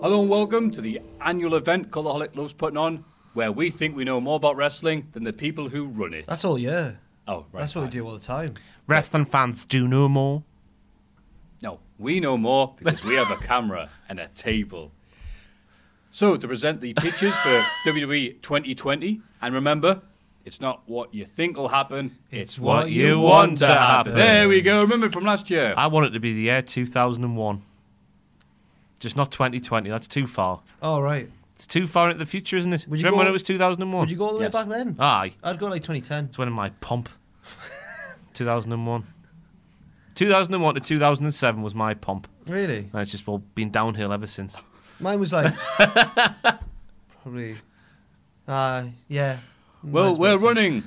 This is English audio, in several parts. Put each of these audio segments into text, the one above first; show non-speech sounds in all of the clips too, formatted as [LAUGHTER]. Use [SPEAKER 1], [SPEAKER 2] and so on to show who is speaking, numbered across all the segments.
[SPEAKER 1] Hello and welcome to the annual event Cultaholic loves putting on, where we think we know more about wrestling than the people who run it.
[SPEAKER 2] That's all year.
[SPEAKER 1] oh, right.
[SPEAKER 2] That's what we
[SPEAKER 1] fine.
[SPEAKER 2] do all the time.
[SPEAKER 3] Wrestling fans do no more.
[SPEAKER 1] No, we know more because we have a camera and a table. So to present the pictures for WWE 2020, and remember, it's not what you think will happen;
[SPEAKER 2] It's
[SPEAKER 1] it's,
[SPEAKER 2] what
[SPEAKER 1] what, you
[SPEAKER 2] you
[SPEAKER 1] want,
[SPEAKER 2] want
[SPEAKER 1] to
[SPEAKER 2] to
[SPEAKER 1] happen.
[SPEAKER 2] happen.
[SPEAKER 1] There we go. Remember from last year.
[SPEAKER 3] I want it to be the year 2001. Just not 2020. That's too far.
[SPEAKER 2] All Oh, right.
[SPEAKER 3] It's too far into the future, isn't it?
[SPEAKER 2] Would you
[SPEAKER 3] Remember when
[SPEAKER 2] go-
[SPEAKER 3] it was 2001?
[SPEAKER 2] Would you go all the
[SPEAKER 1] Yes.
[SPEAKER 2] way back then?
[SPEAKER 3] Aye.
[SPEAKER 2] I'd go like 2010.
[SPEAKER 3] It's when in my pump. [LAUGHS] 2001. 2001 to 2007 was my pump.
[SPEAKER 2] Really?
[SPEAKER 3] And it's just all been downhill ever since.
[SPEAKER 2] Mine
[SPEAKER 1] [LAUGHS]
[SPEAKER 2] was like probably. Uh, yeah.
[SPEAKER 1] well,
[SPEAKER 2] Mine's
[SPEAKER 1] we're
[SPEAKER 2] better.
[SPEAKER 1] running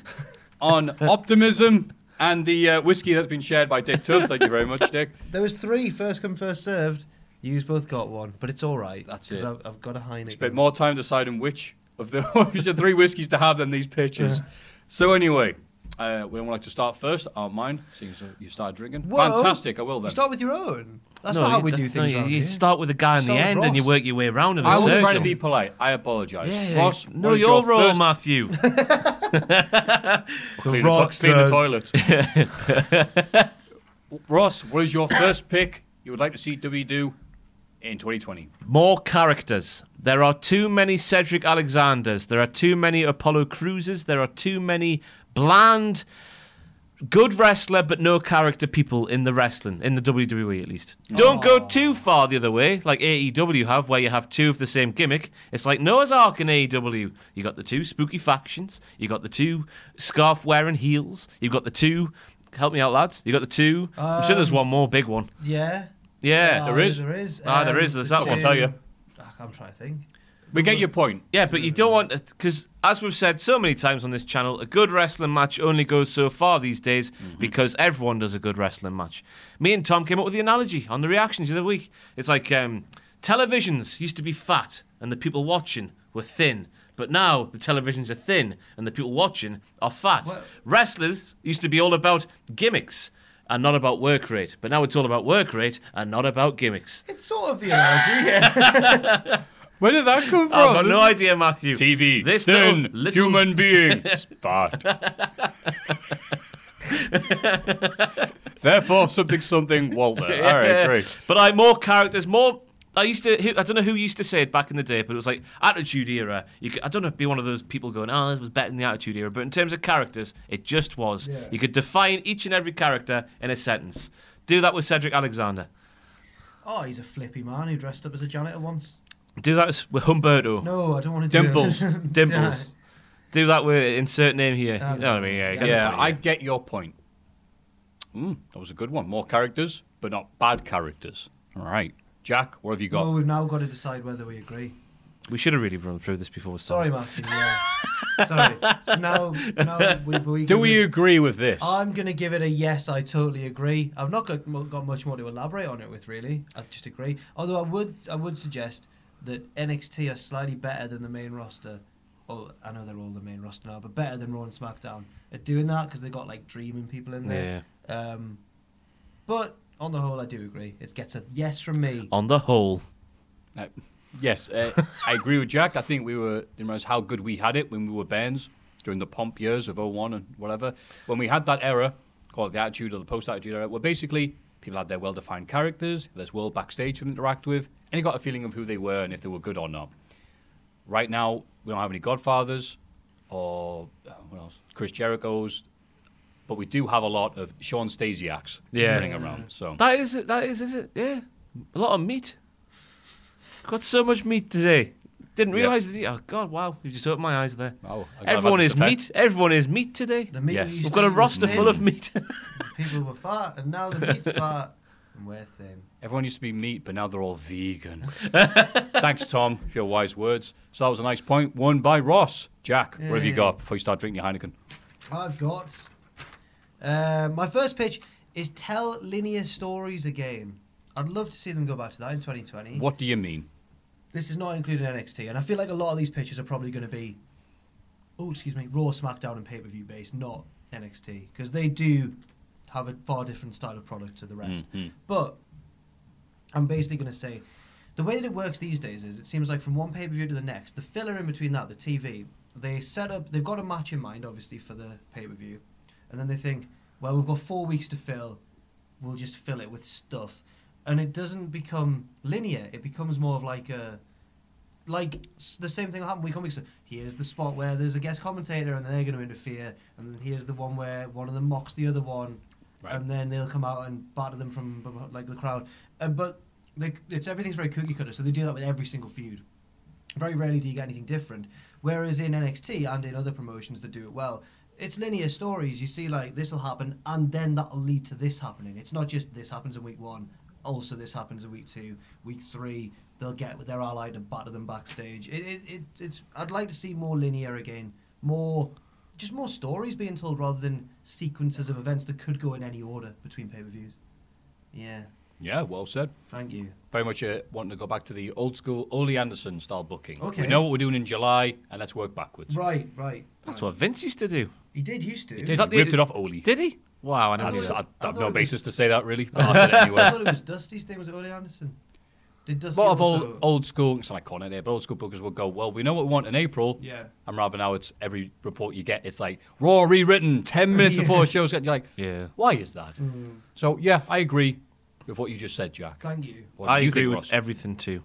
[SPEAKER 1] on optimism and the uh, whiskey that's been shared by Dick Tubbs. Thank you very much, Dick.
[SPEAKER 2] There was three first come first served. You've both got one, but it's all right.
[SPEAKER 1] That's
[SPEAKER 2] 'cause
[SPEAKER 1] it.
[SPEAKER 2] I've, I've got a Heineken.
[SPEAKER 1] spent more time deciding which of the, [LAUGHS] which of the three whiskies to have than these pictures. So anyway, uh, we would like to start first? I don't mind, seeing as you started drinking.
[SPEAKER 2] Whoa!
[SPEAKER 1] Fantastic, I will
[SPEAKER 2] You
[SPEAKER 1] then.
[SPEAKER 2] start with your own. That's
[SPEAKER 3] No,
[SPEAKER 2] not how
[SPEAKER 3] you-
[SPEAKER 2] we do
[SPEAKER 3] that's- no,
[SPEAKER 2] things.
[SPEAKER 3] you-
[SPEAKER 2] around
[SPEAKER 3] you,
[SPEAKER 2] here.
[SPEAKER 3] start with the guy in
[SPEAKER 2] Start
[SPEAKER 3] the
[SPEAKER 2] with
[SPEAKER 3] end and you
[SPEAKER 2] Ross.
[SPEAKER 3] work your way around. in a
[SPEAKER 1] I was
[SPEAKER 3] circle.
[SPEAKER 1] trying to be polite. I apologise.
[SPEAKER 3] Yeah,
[SPEAKER 1] Ross,
[SPEAKER 3] no,
[SPEAKER 1] what is
[SPEAKER 3] your
[SPEAKER 1] your
[SPEAKER 3] role,
[SPEAKER 1] first-
[SPEAKER 3] Matthew.
[SPEAKER 1] Clean the, uh, to-
[SPEAKER 2] Rock's
[SPEAKER 1] clean the
[SPEAKER 2] dead.
[SPEAKER 1] toilet. Ross, what is your first pick you would like to see WWE do in 2020?
[SPEAKER 3] More characters. There are too many Cedric Alexanders. There are too many Apollo Cruises. There are too many bland, good wrestler but no character people in the wrestling, in the WWE at least. Don't go too far the other way, like AEW have, where you have two of the same gimmick. It's like Noah's Ark in AEW. You got the two spooky factions. You got the two scarf wearing heels. You've got the two. Help me out, lads. You got the two. I'm sure there's one more big one.
[SPEAKER 2] Yeah.
[SPEAKER 3] Yeah,
[SPEAKER 2] Ah,
[SPEAKER 3] there is.
[SPEAKER 2] There is.
[SPEAKER 3] Ah, there is.
[SPEAKER 2] Um,
[SPEAKER 3] There's that one.
[SPEAKER 2] two-
[SPEAKER 1] tell you.
[SPEAKER 2] Ah, I'm trying to think.
[SPEAKER 1] We get your point.
[SPEAKER 3] Yeah, but you don't want because, as we've said so many times on this channel, a good wrestling match only goes so far these days because everyone does a good wrestling match. Me and Tom came up with the analogy on the reactions the other week. It's like um, televisions used to be fat and the people watching were thin, but now the televisions are thin and the people watching are fat.
[SPEAKER 2] Well-
[SPEAKER 3] Wrestlers used to be all about gimmicks and not about work rate, but now it's all about work rate and not about gimmicks.
[SPEAKER 2] It's sort of the analogy. Yeah.
[SPEAKER 1] Where did that come from?
[SPEAKER 3] I've got no idea, Matthew.
[SPEAKER 1] TV.
[SPEAKER 3] This
[SPEAKER 1] then
[SPEAKER 3] little- little [LAUGHS]
[SPEAKER 1] human being. Fart. Therefore, something, something,
[SPEAKER 3] [LAUGHS]
[SPEAKER 1] Walter. All right, great.
[SPEAKER 3] But I more characters, more. I used to. Who, I don't know who used to say it back in the day, but it was like Attitude Era. You could, I don't know, if be one of those people going, "Oh, this was better than the Attitude Era." But in terms of characters, it just was.
[SPEAKER 2] Yeah.
[SPEAKER 3] You could define each and every character in a sentence. Do that with Cedric Alexander.
[SPEAKER 2] oh, he's a flippy man who dressed up as a janitor once.
[SPEAKER 3] Do that with Humberto.
[SPEAKER 2] No, [LAUGHS] I don't want to
[SPEAKER 1] Dimples.
[SPEAKER 2] do it. [LAUGHS]
[SPEAKER 3] Dimples. Do that with insert name here.
[SPEAKER 2] Ah,
[SPEAKER 3] You know what I mean? Yeah, you get the
[SPEAKER 1] Yeah,
[SPEAKER 3] point,
[SPEAKER 1] I get your point. Mm, that was a good one. More characters, but not bad characters. All right. Jack, what have you got?
[SPEAKER 2] Well, we've now got to decide whether we agree.
[SPEAKER 3] we should have really run through this before. we started.
[SPEAKER 2] Sorry, Matthew. Yeah. Sorry. So now, now we, we
[SPEAKER 1] Do
[SPEAKER 2] can-
[SPEAKER 1] we agree with this?
[SPEAKER 2] I'm going to give it a yes, I totally agree. I've not got, mu- got much more to elaborate on it with, really. I just agree. Although I would I would suggest that NXT are slightly better than the main roster. Oh, I know they're all the main roster now, but better than Raw and SmackDown at doing that because they've got like Dream and people in there. Um, but on the whole, I do agree. It gets a yes from me.
[SPEAKER 1] Oh,
[SPEAKER 3] On the whole,
[SPEAKER 1] Uh, yes, uh, I agree with Jack. I think we were didn't realize how good we had it when we were bands during the pomp years of 01 and whatever. When we had that era, call it the attitude or the post-attitude era, where basically people had their well-defined characters, there's world backstage to interact with, and you got a feeling of who they were and if they were good or not. Right now, we don't have any Godfathers. or uh, what else? Chris Jericho's. But we do have a lot of Sean Stasiaks
[SPEAKER 3] Yeah.
[SPEAKER 1] running around. So
[SPEAKER 3] That is it. That is, is it. Yeah, a lot of meat. Got so much meat today. Didn't
[SPEAKER 1] Yep.
[SPEAKER 3] realize. that Oh God! Wow, you just opened my eyes there.
[SPEAKER 1] Wow, I gotta
[SPEAKER 3] Everyone
[SPEAKER 1] have
[SPEAKER 3] is
[SPEAKER 1] this effect.
[SPEAKER 3] meat. Everyone is meat today.
[SPEAKER 2] The meat
[SPEAKER 1] Yes.
[SPEAKER 2] we used
[SPEAKER 3] We've
[SPEAKER 2] to
[SPEAKER 3] got a
[SPEAKER 2] eat was
[SPEAKER 3] roster full
[SPEAKER 2] thin.
[SPEAKER 3] of meat. [LAUGHS]
[SPEAKER 2] People were fat, and now the meat's fat, and we're thin.
[SPEAKER 1] everyone used to be meat, but now they're all vegan. Thanks, Tom, for your wise words. So that was a nice point. Won by Ross. Jack, what have you
[SPEAKER 2] Yay.
[SPEAKER 1] got before you start drinking your Heineken?
[SPEAKER 2] I've got. Uh, my first pitch is tell linear stories again. I'd love to see them go back to that in 2020.
[SPEAKER 1] What do you mean?
[SPEAKER 2] This is not including NXT, and I feel like a lot of these pitches are probably going to be, oh, excuse me, Raw, SmackDown, and pay per view based, not NXT, because they do have a far different style of product to the rest.
[SPEAKER 1] Mm-hmm.
[SPEAKER 2] But I'm basically going to say the way that it works these days is it seems like from one pay per view to the next, the filler in between that, the TV, they set up, they've got a match in mind, obviously, for the pay per view, and then they think, well, we've got four weeks to fill, we'll just fill it with stuff. And it doesn't become linear, it becomes more of like a. Like s- the same thing that happened week on week. So here's the spot where there's a guest commentator and they're going to interfere, and then here's the one where one of them mocks the other one,
[SPEAKER 1] Right.
[SPEAKER 2] and then they'll come out and batter them from beh- like the crowd. And but they, it's everything's very cookie cutter, so they do that with every single feud. Very rarely do you get anything different. Whereas in NXT and in other promotions that do it well, it's linear stories. You see, like this will happen, and then that'll lead to this happening. It's not just this happens in week one, also this happens in week two, week three. They'll get with their ally to batter them backstage. It, it, it, it's. I'd like to see more linear again, more, just more stories being told rather than sequences of events that could go in any order between pay per views. Yeah,
[SPEAKER 1] Yeah, well said.
[SPEAKER 2] thank you.
[SPEAKER 1] Very much uh, wanting to go back to the old school Ole Anderson style booking.
[SPEAKER 2] Okay.
[SPEAKER 1] We know what we're doing in July, and let's work backwards.
[SPEAKER 2] Right, right.
[SPEAKER 3] That's what Vince used to do.
[SPEAKER 2] He did used to.
[SPEAKER 1] Did,
[SPEAKER 3] that
[SPEAKER 1] he
[SPEAKER 3] the-
[SPEAKER 1] ripped it off Ole.
[SPEAKER 3] Did he? Wow, I
[SPEAKER 1] I,
[SPEAKER 3] never knew
[SPEAKER 1] just-
[SPEAKER 3] that.
[SPEAKER 1] I, I
[SPEAKER 2] I
[SPEAKER 1] have
[SPEAKER 2] thought
[SPEAKER 1] no
[SPEAKER 2] it was-
[SPEAKER 1] basis to say that really. But I said it
[SPEAKER 2] [LAUGHS] I
[SPEAKER 1] anyway.
[SPEAKER 2] thought it was Dusty's thing. Was it Ole Anderson? Did
[SPEAKER 1] A
[SPEAKER 2] Dusty
[SPEAKER 1] lot of
[SPEAKER 2] also...
[SPEAKER 1] old old school, it's not iconic there, but old school bookers will go, well, we know what we want in April.
[SPEAKER 2] Yeah.
[SPEAKER 1] And rather now, it's every report you get, it's like raw rewritten
[SPEAKER 2] [LAUGHS]
[SPEAKER 1] ten minutes before a show's getting. You're like,
[SPEAKER 3] Yeah.
[SPEAKER 1] Why is that?
[SPEAKER 2] Mm.
[SPEAKER 1] So yeah, I agree with what you just said, Jack.
[SPEAKER 2] Thank you.
[SPEAKER 1] What do
[SPEAKER 3] I
[SPEAKER 1] you
[SPEAKER 3] agree
[SPEAKER 1] think,
[SPEAKER 3] with
[SPEAKER 1] Ross?
[SPEAKER 3] everything too.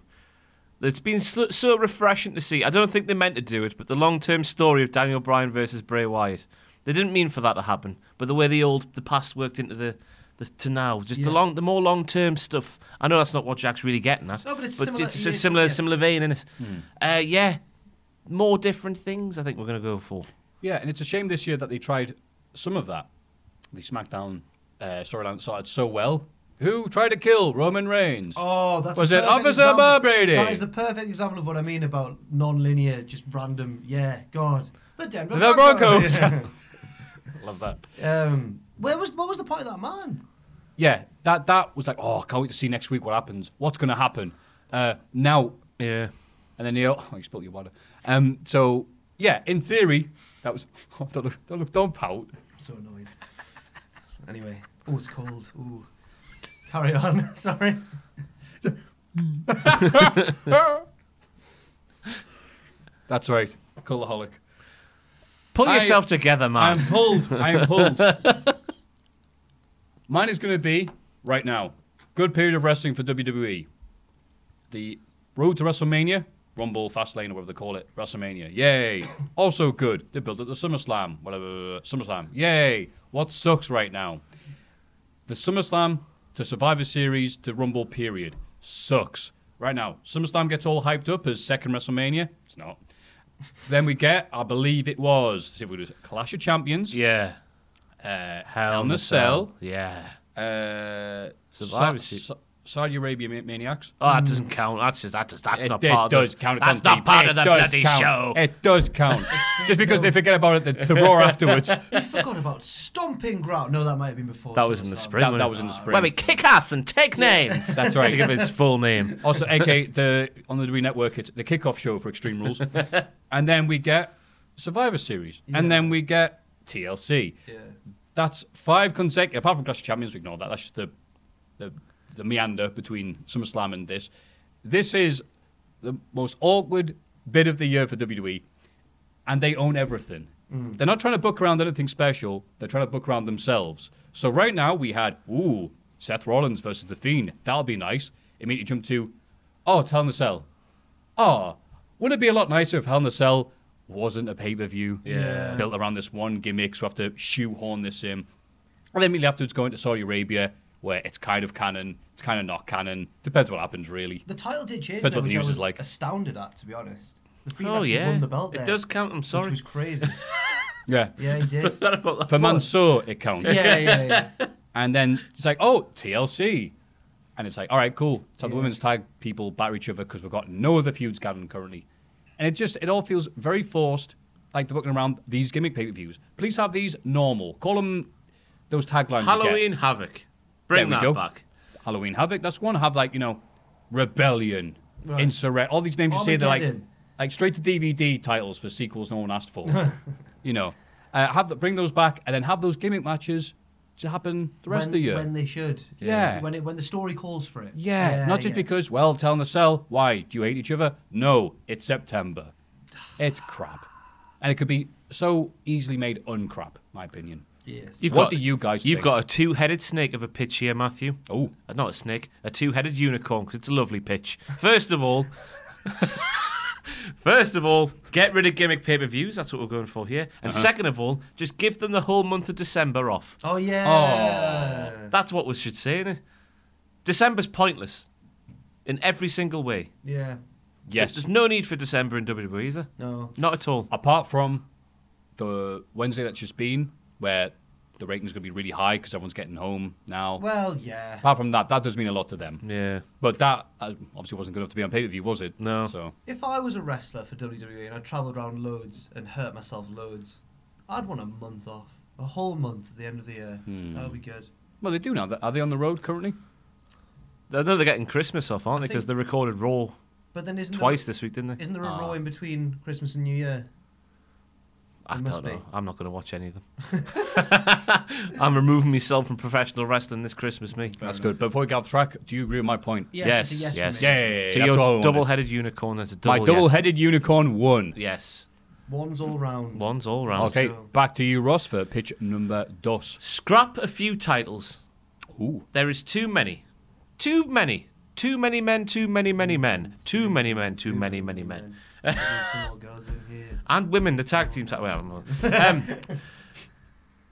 [SPEAKER 3] It's been so, so refreshing to see. I don't think they meant to do it, but the long-term story of Daniel Bryan versus Bray Wyatt, they didn't mean for that to happen. But the way the old, the past worked into the, the to now, just the
[SPEAKER 2] Yeah.
[SPEAKER 3] long, the more long-term stuff. I know that's not what Jack's really getting at.
[SPEAKER 2] No, but it's similar-
[SPEAKER 3] It's a
[SPEAKER 2] yeah, it's-
[SPEAKER 3] similar,
[SPEAKER 2] yeah.
[SPEAKER 3] similar vein in it.
[SPEAKER 1] Hmm.
[SPEAKER 3] Uh, yeah, more different things. I think we're gonna go for.
[SPEAKER 1] Yeah, and it's a shame this year that they tried some of that. The SmackDown uh, storyline started so well. Who tried to kill Roman Reigns?
[SPEAKER 2] Oh, that's
[SPEAKER 1] Was
[SPEAKER 2] a
[SPEAKER 1] it
[SPEAKER 2] perfect
[SPEAKER 1] Officer
[SPEAKER 2] example.
[SPEAKER 1] Bob Brady?
[SPEAKER 2] That is the perfect example of what I mean about non-linear, just random. Yeah, God, the Denver
[SPEAKER 1] The
[SPEAKER 2] Broncos.
[SPEAKER 1] Love that.
[SPEAKER 2] [LAUGHS] um, where was what was the point of that man?
[SPEAKER 1] Yeah, that that was like, oh, I can't wait to see next week what happens. What's going to happen? Uh, now,
[SPEAKER 3] Yeah.
[SPEAKER 1] and then you, [LAUGHS] oh, you spilled your water. Um, so yeah, in theory, that was. [LAUGHS] Oh, don't look, don't look, don't pout. [LAUGHS]
[SPEAKER 2] I'm so annoyed. Anyway, oh, it's cold. Ooh, carry
[SPEAKER 1] [LAUGHS]
[SPEAKER 2] on. [LAUGHS] Sorry.
[SPEAKER 1] That's right, cultaholic.
[SPEAKER 3] Pull
[SPEAKER 1] I-
[SPEAKER 3] yourself together, man.
[SPEAKER 1] I'm pulled. I am pulled. Mine is going to be right now. Good period of wrestling for WWE. The road to WrestleMania, Rumble, Fastlane, or whatever they call it, WrestleMania. Yay. also good. They built up the SummerSlam, whatever. SummerSlam. Yay. What sucks right now? The SummerSlam to Survivor Series to Rumble period sucks. Right now, SummerSlam gets all hyped up as second WrestleMania. It's not. then we get, I believe it was, see if we do this, Clash of Champions,
[SPEAKER 3] yeah.
[SPEAKER 1] uh,
[SPEAKER 3] Hell
[SPEAKER 1] Hell in a Cell,
[SPEAKER 3] Yeah.
[SPEAKER 1] uh,
[SPEAKER 3] Survivor
[SPEAKER 1] Sa-
[SPEAKER 3] Series.
[SPEAKER 1] Sa- Saudi Arabia Ma- Maniacs.
[SPEAKER 3] Oh, that doesn't count. That's just that's just, that's
[SPEAKER 1] It,
[SPEAKER 3] not
[SPEAKER 1] it
[SPEAKER 3] part.
[SPEAKER 1] does
[SPEAKER 3] of the,
[SPEAKER 1] count. It
[SPEAKER 3] That's
[SPEAKER 1] doesn't
[SPEAKER 3] not
[SPEAKER 1] deep.
[SPEAKER 3] part
[SPEAKER 1] It
[SPEAKER 3] of the
[SPEAKER 1] does
[SPEAKER 3] bloody
[SPEAKER 1] count.
[SPEAKER 3] show.
[SPEAKER 1] It does count. Just because they forget about it the, the
[SPEAKER 3] [LAUGHS]
[SPEAKER 1] roar afterwards.
[SPEAKER 2] You forgot about stomping ground. No, that might have been before.
[SPEAKER 3] That was in the
[SPEAKER 2] SummerSlam.
[SPEAKER 3] spring.
[SPEAKER 1] That-
[SPEAKER 3] wasn't
[SPEAKER 1] that
[SPEAKER 3] it?
[SPEAKER 1] was in the spring.
[SPEAKER 3] Where we kick ass and take names.
[SPEAKER 1] That's right.
[SPEAKER 3] To give it its full [LAUGHS] name.
[SPEAKER 1] Also, AK the on the WWE Network, it's the kickoff show for Extreme
[SPEAKER 3] [LAUGHS]
[SPEAKER 1] Rules, and then we get Survivor Series,
[SPEAKER 2] Yeah.
[SPEAKER 1] and then we get TLC.
[SPEAKER 2] Yeah.
[SPEAKER 1] That's five consecutive. Apart from Clash of Champions, we ignore that. That's just the the, the meander between SummerSlam and this. This is the most awkward bit of the year for WWE, and they own everything. They're not trying to book around anything special. They're trying to book around themselves. So right now we had ooh Seth Rollins versus The Fiend. That'll be nice. Immediately Ah, jump to oh Hell in a Cell. Oh, wouldn't it be a lot nicer if Hell in a Cell wasn't a pay per view
[SPEAKER 2] Yeah.
[SPEAKER 1] built around this one gimmick, so we have to shoehorn this in. And then immediately afterwards, going to Saudi Arabia, where it's kind of canon, it's kind of not canon. Depends what happens, really.
[SPEAKER 2] The title did change,
[SPEAKER 1] Depends
[SPEAKER 2] though,
[SPEAKER 1] what the
[SPEAKER 2] which I
[SPEAKER 1] news is
[SPEAKER 2] was
[SPEAKER 1] like.
[SPEAKER 2] astounded at, to be honest. The Fiend
[SPEAKER 3] Oh
[SPEAKER 2] actually
[SPEAKER 3] yeah,
[SPEAKER 2] won the belt there,
[SPEAKER 3] it does count. I'm
[SPEAKER 2] which
[SPEAKER 3] sorry.
[SPEAKER 2] was
[SPEAKER 3] [LAUGHS]
[SPEAKER 2] crazy. [LAUGHS]
[SPEAKER 1] Yeah.
[SPEAKER 2] Yeah, he did.
[SPEAKER 3] Forgot about that.
[SPEAKER 1] For Mansoor, it counts.
[SPEAKER 2] yeah,
[SPEAKER 3] [LAUGHS]
[SPEAKER 2] yeah, yeah.
[SPEAKER 1] And then it's like, oh, TLC. And it's like, all right, cool. So the women's tag people batter each other because we've got no other feuds going currently. And it just, it all feels very forced, like they're working around these gimmick pay per views. Please have these normal. Call them those taglines. you get.
[SPEAKER 3] Halloween Havoc. Bring
[SPEAKER 1] There
[SPEAKER 3] that
[SPEAKER 1] we go.
[SPEAKER 3] back.
[SPEAKER 1] Halloween Havoc, that's one. Have like, you know, Rebellion,
[SPEAKER 2] Right.
[SPEAKER 1] Insurrect, all these names you say, they're like,
[SPEAKER 2] Armageddon.
[SPEAKER 1] like straight to DVD titles for sequels no one asked for. you know, uh, have the, bring those back and then have those gimmick matches to happen the rest
[SPEAKER 2] when,
[SPEAKER 1] of the year.
[SPEAKER 2] when they should.
[SPEAKER 1] Yeah.
[SPEAKER 2] When it, when the story calls for it.
[SPEAKER 1] Yeah, not just
[SPEAKER 2] yeah.
[SPEAKER 1] because, well, tell the cell, why? Do you hate each other? No, it's September. It's crap. And it could be so easily made uncrap, my opinion.
[SPEAKER 2] Yes.
[SPEAKER 3] You've
[SPEAKER 1] What
[SPEAKER 3] got,
[SPEAKER 1] do you guys
[SPEAKER 3] You've
[SPEAKER 1] think?
[SPEAKER 3] got a two-headed snake of a pitch here, Matthew.
[SPEAKER 1] Oh,
[SPEAKER 3] Uh, Not a snake, a two-headed unicorn, because it's a lovely pitch. First of all, [LAUGHS] first of all, get rid of gimmick pay-per-views. That's what we're going for here. And second of all, just give them the whole month of December off.
[SPEAKER 2] Oh yeah.
[SPEAKER 1] Oh.
[SPEAKER 3] That's what we should say. innit? December's pointless in every single way.
[SPEAKER 2] Yeah.
[SPEAKER 1] yes.
[SPEAKER 3] There's no need for December in WWE, is there?
[SPEAKER 2] No.
[SPEAKER 3] Not at all.
[SPEAKER 1] Apart from the Wednesday that's just been, where the rating's going to be really high because everyone's getting home now.
[SPEAKER 2] Well, yeah.
[SPEAKER 1] Apart from that, that does mean a lot to them.
[SPEAKER 3] Yeah.
[SPEAKER 1] But that uh, obviously wasn't good enough to be on pay per view, was it?
[SPEAKER 3] No.
[SPEAKER 1] So
[SPEAKER 2] If I was a wrestler for WWE and I travelled around loads and hurt myself loads, I'd want a month off, a whole month at the end of the year.
[SPEAKER 1] Hmm.
[SPEAKER 2] That would be good.
[SPEAKER 1] well, they do now. Are they on the road currently?
[SPEAKER 3] I know they're getting Christmas off,
[SPEAKER 2] I
[SPEAKER 3] aren't they? Because
[SPEAKER 2] think-
[SPEAKER 3] they recorded Raw
[SPEAKER 2] But then isn't
[SPEAKER 3] twice
[SPEAKER 2] there,
[SPEAKER 3] this week, didn't they?
[SPEAKER 2] isn't there
[SPEAKER 1] Ah.
[SPEAKER 2] a row in between Christmas and New Year?
[SPEAKER 3] I
[SPEAKER 2] It
[SPEAKER 3] don't
[SPEAKER 2] must
[SPEAKER 3] know.
[SPEAKER 2] be.
[SPEAKER 3] I'm not going to
[SPEAKER 2] [LAUGHS]
[SPEAKER 3] watch any of them. I'm removing myself from professional wrestling this Christmas, me.
[SPEAKER 1] that's good. But before we get off track, do you agree with my point?
[SPEAKER 2] Yes, it's a yes
[SPEAKER 3] yes.
[SPEAKER 2] for me.
[SPEAKER 1] Yay,
[SPEAKER 3] to
[SPEAKER 1] that's what I
[SPEAKER 3] your
[SPEAKER 1] wanted.
[SPEAKER 3] double-headed unicorn, that's a double.
[SPEAKER 1] My
[SPEAKER 3] yes.
[SPEAKER 1] double-headed unicorn won.
[SPEAKER 3] Yes.
[SPEAKER 2] One's all round.
[SPEAKER 3] One's all round.
[SPEAKER 1] Okay,
[SPEAKER 2] go.
[SPEAKER 1] back to you, Ross, for pitch number dos.
[SPEAKER 3] Scrap a few titles.
[SPEAKER 1] Ooh,
[SPEAKER 3] There is too many. Too many. Too many men, too many, many men. Too many men, too many, many men.
[SPEAKER 2] And then some more girls in here.
[SPEAKER 3] and women, the tag team. Well, I don't know. Um,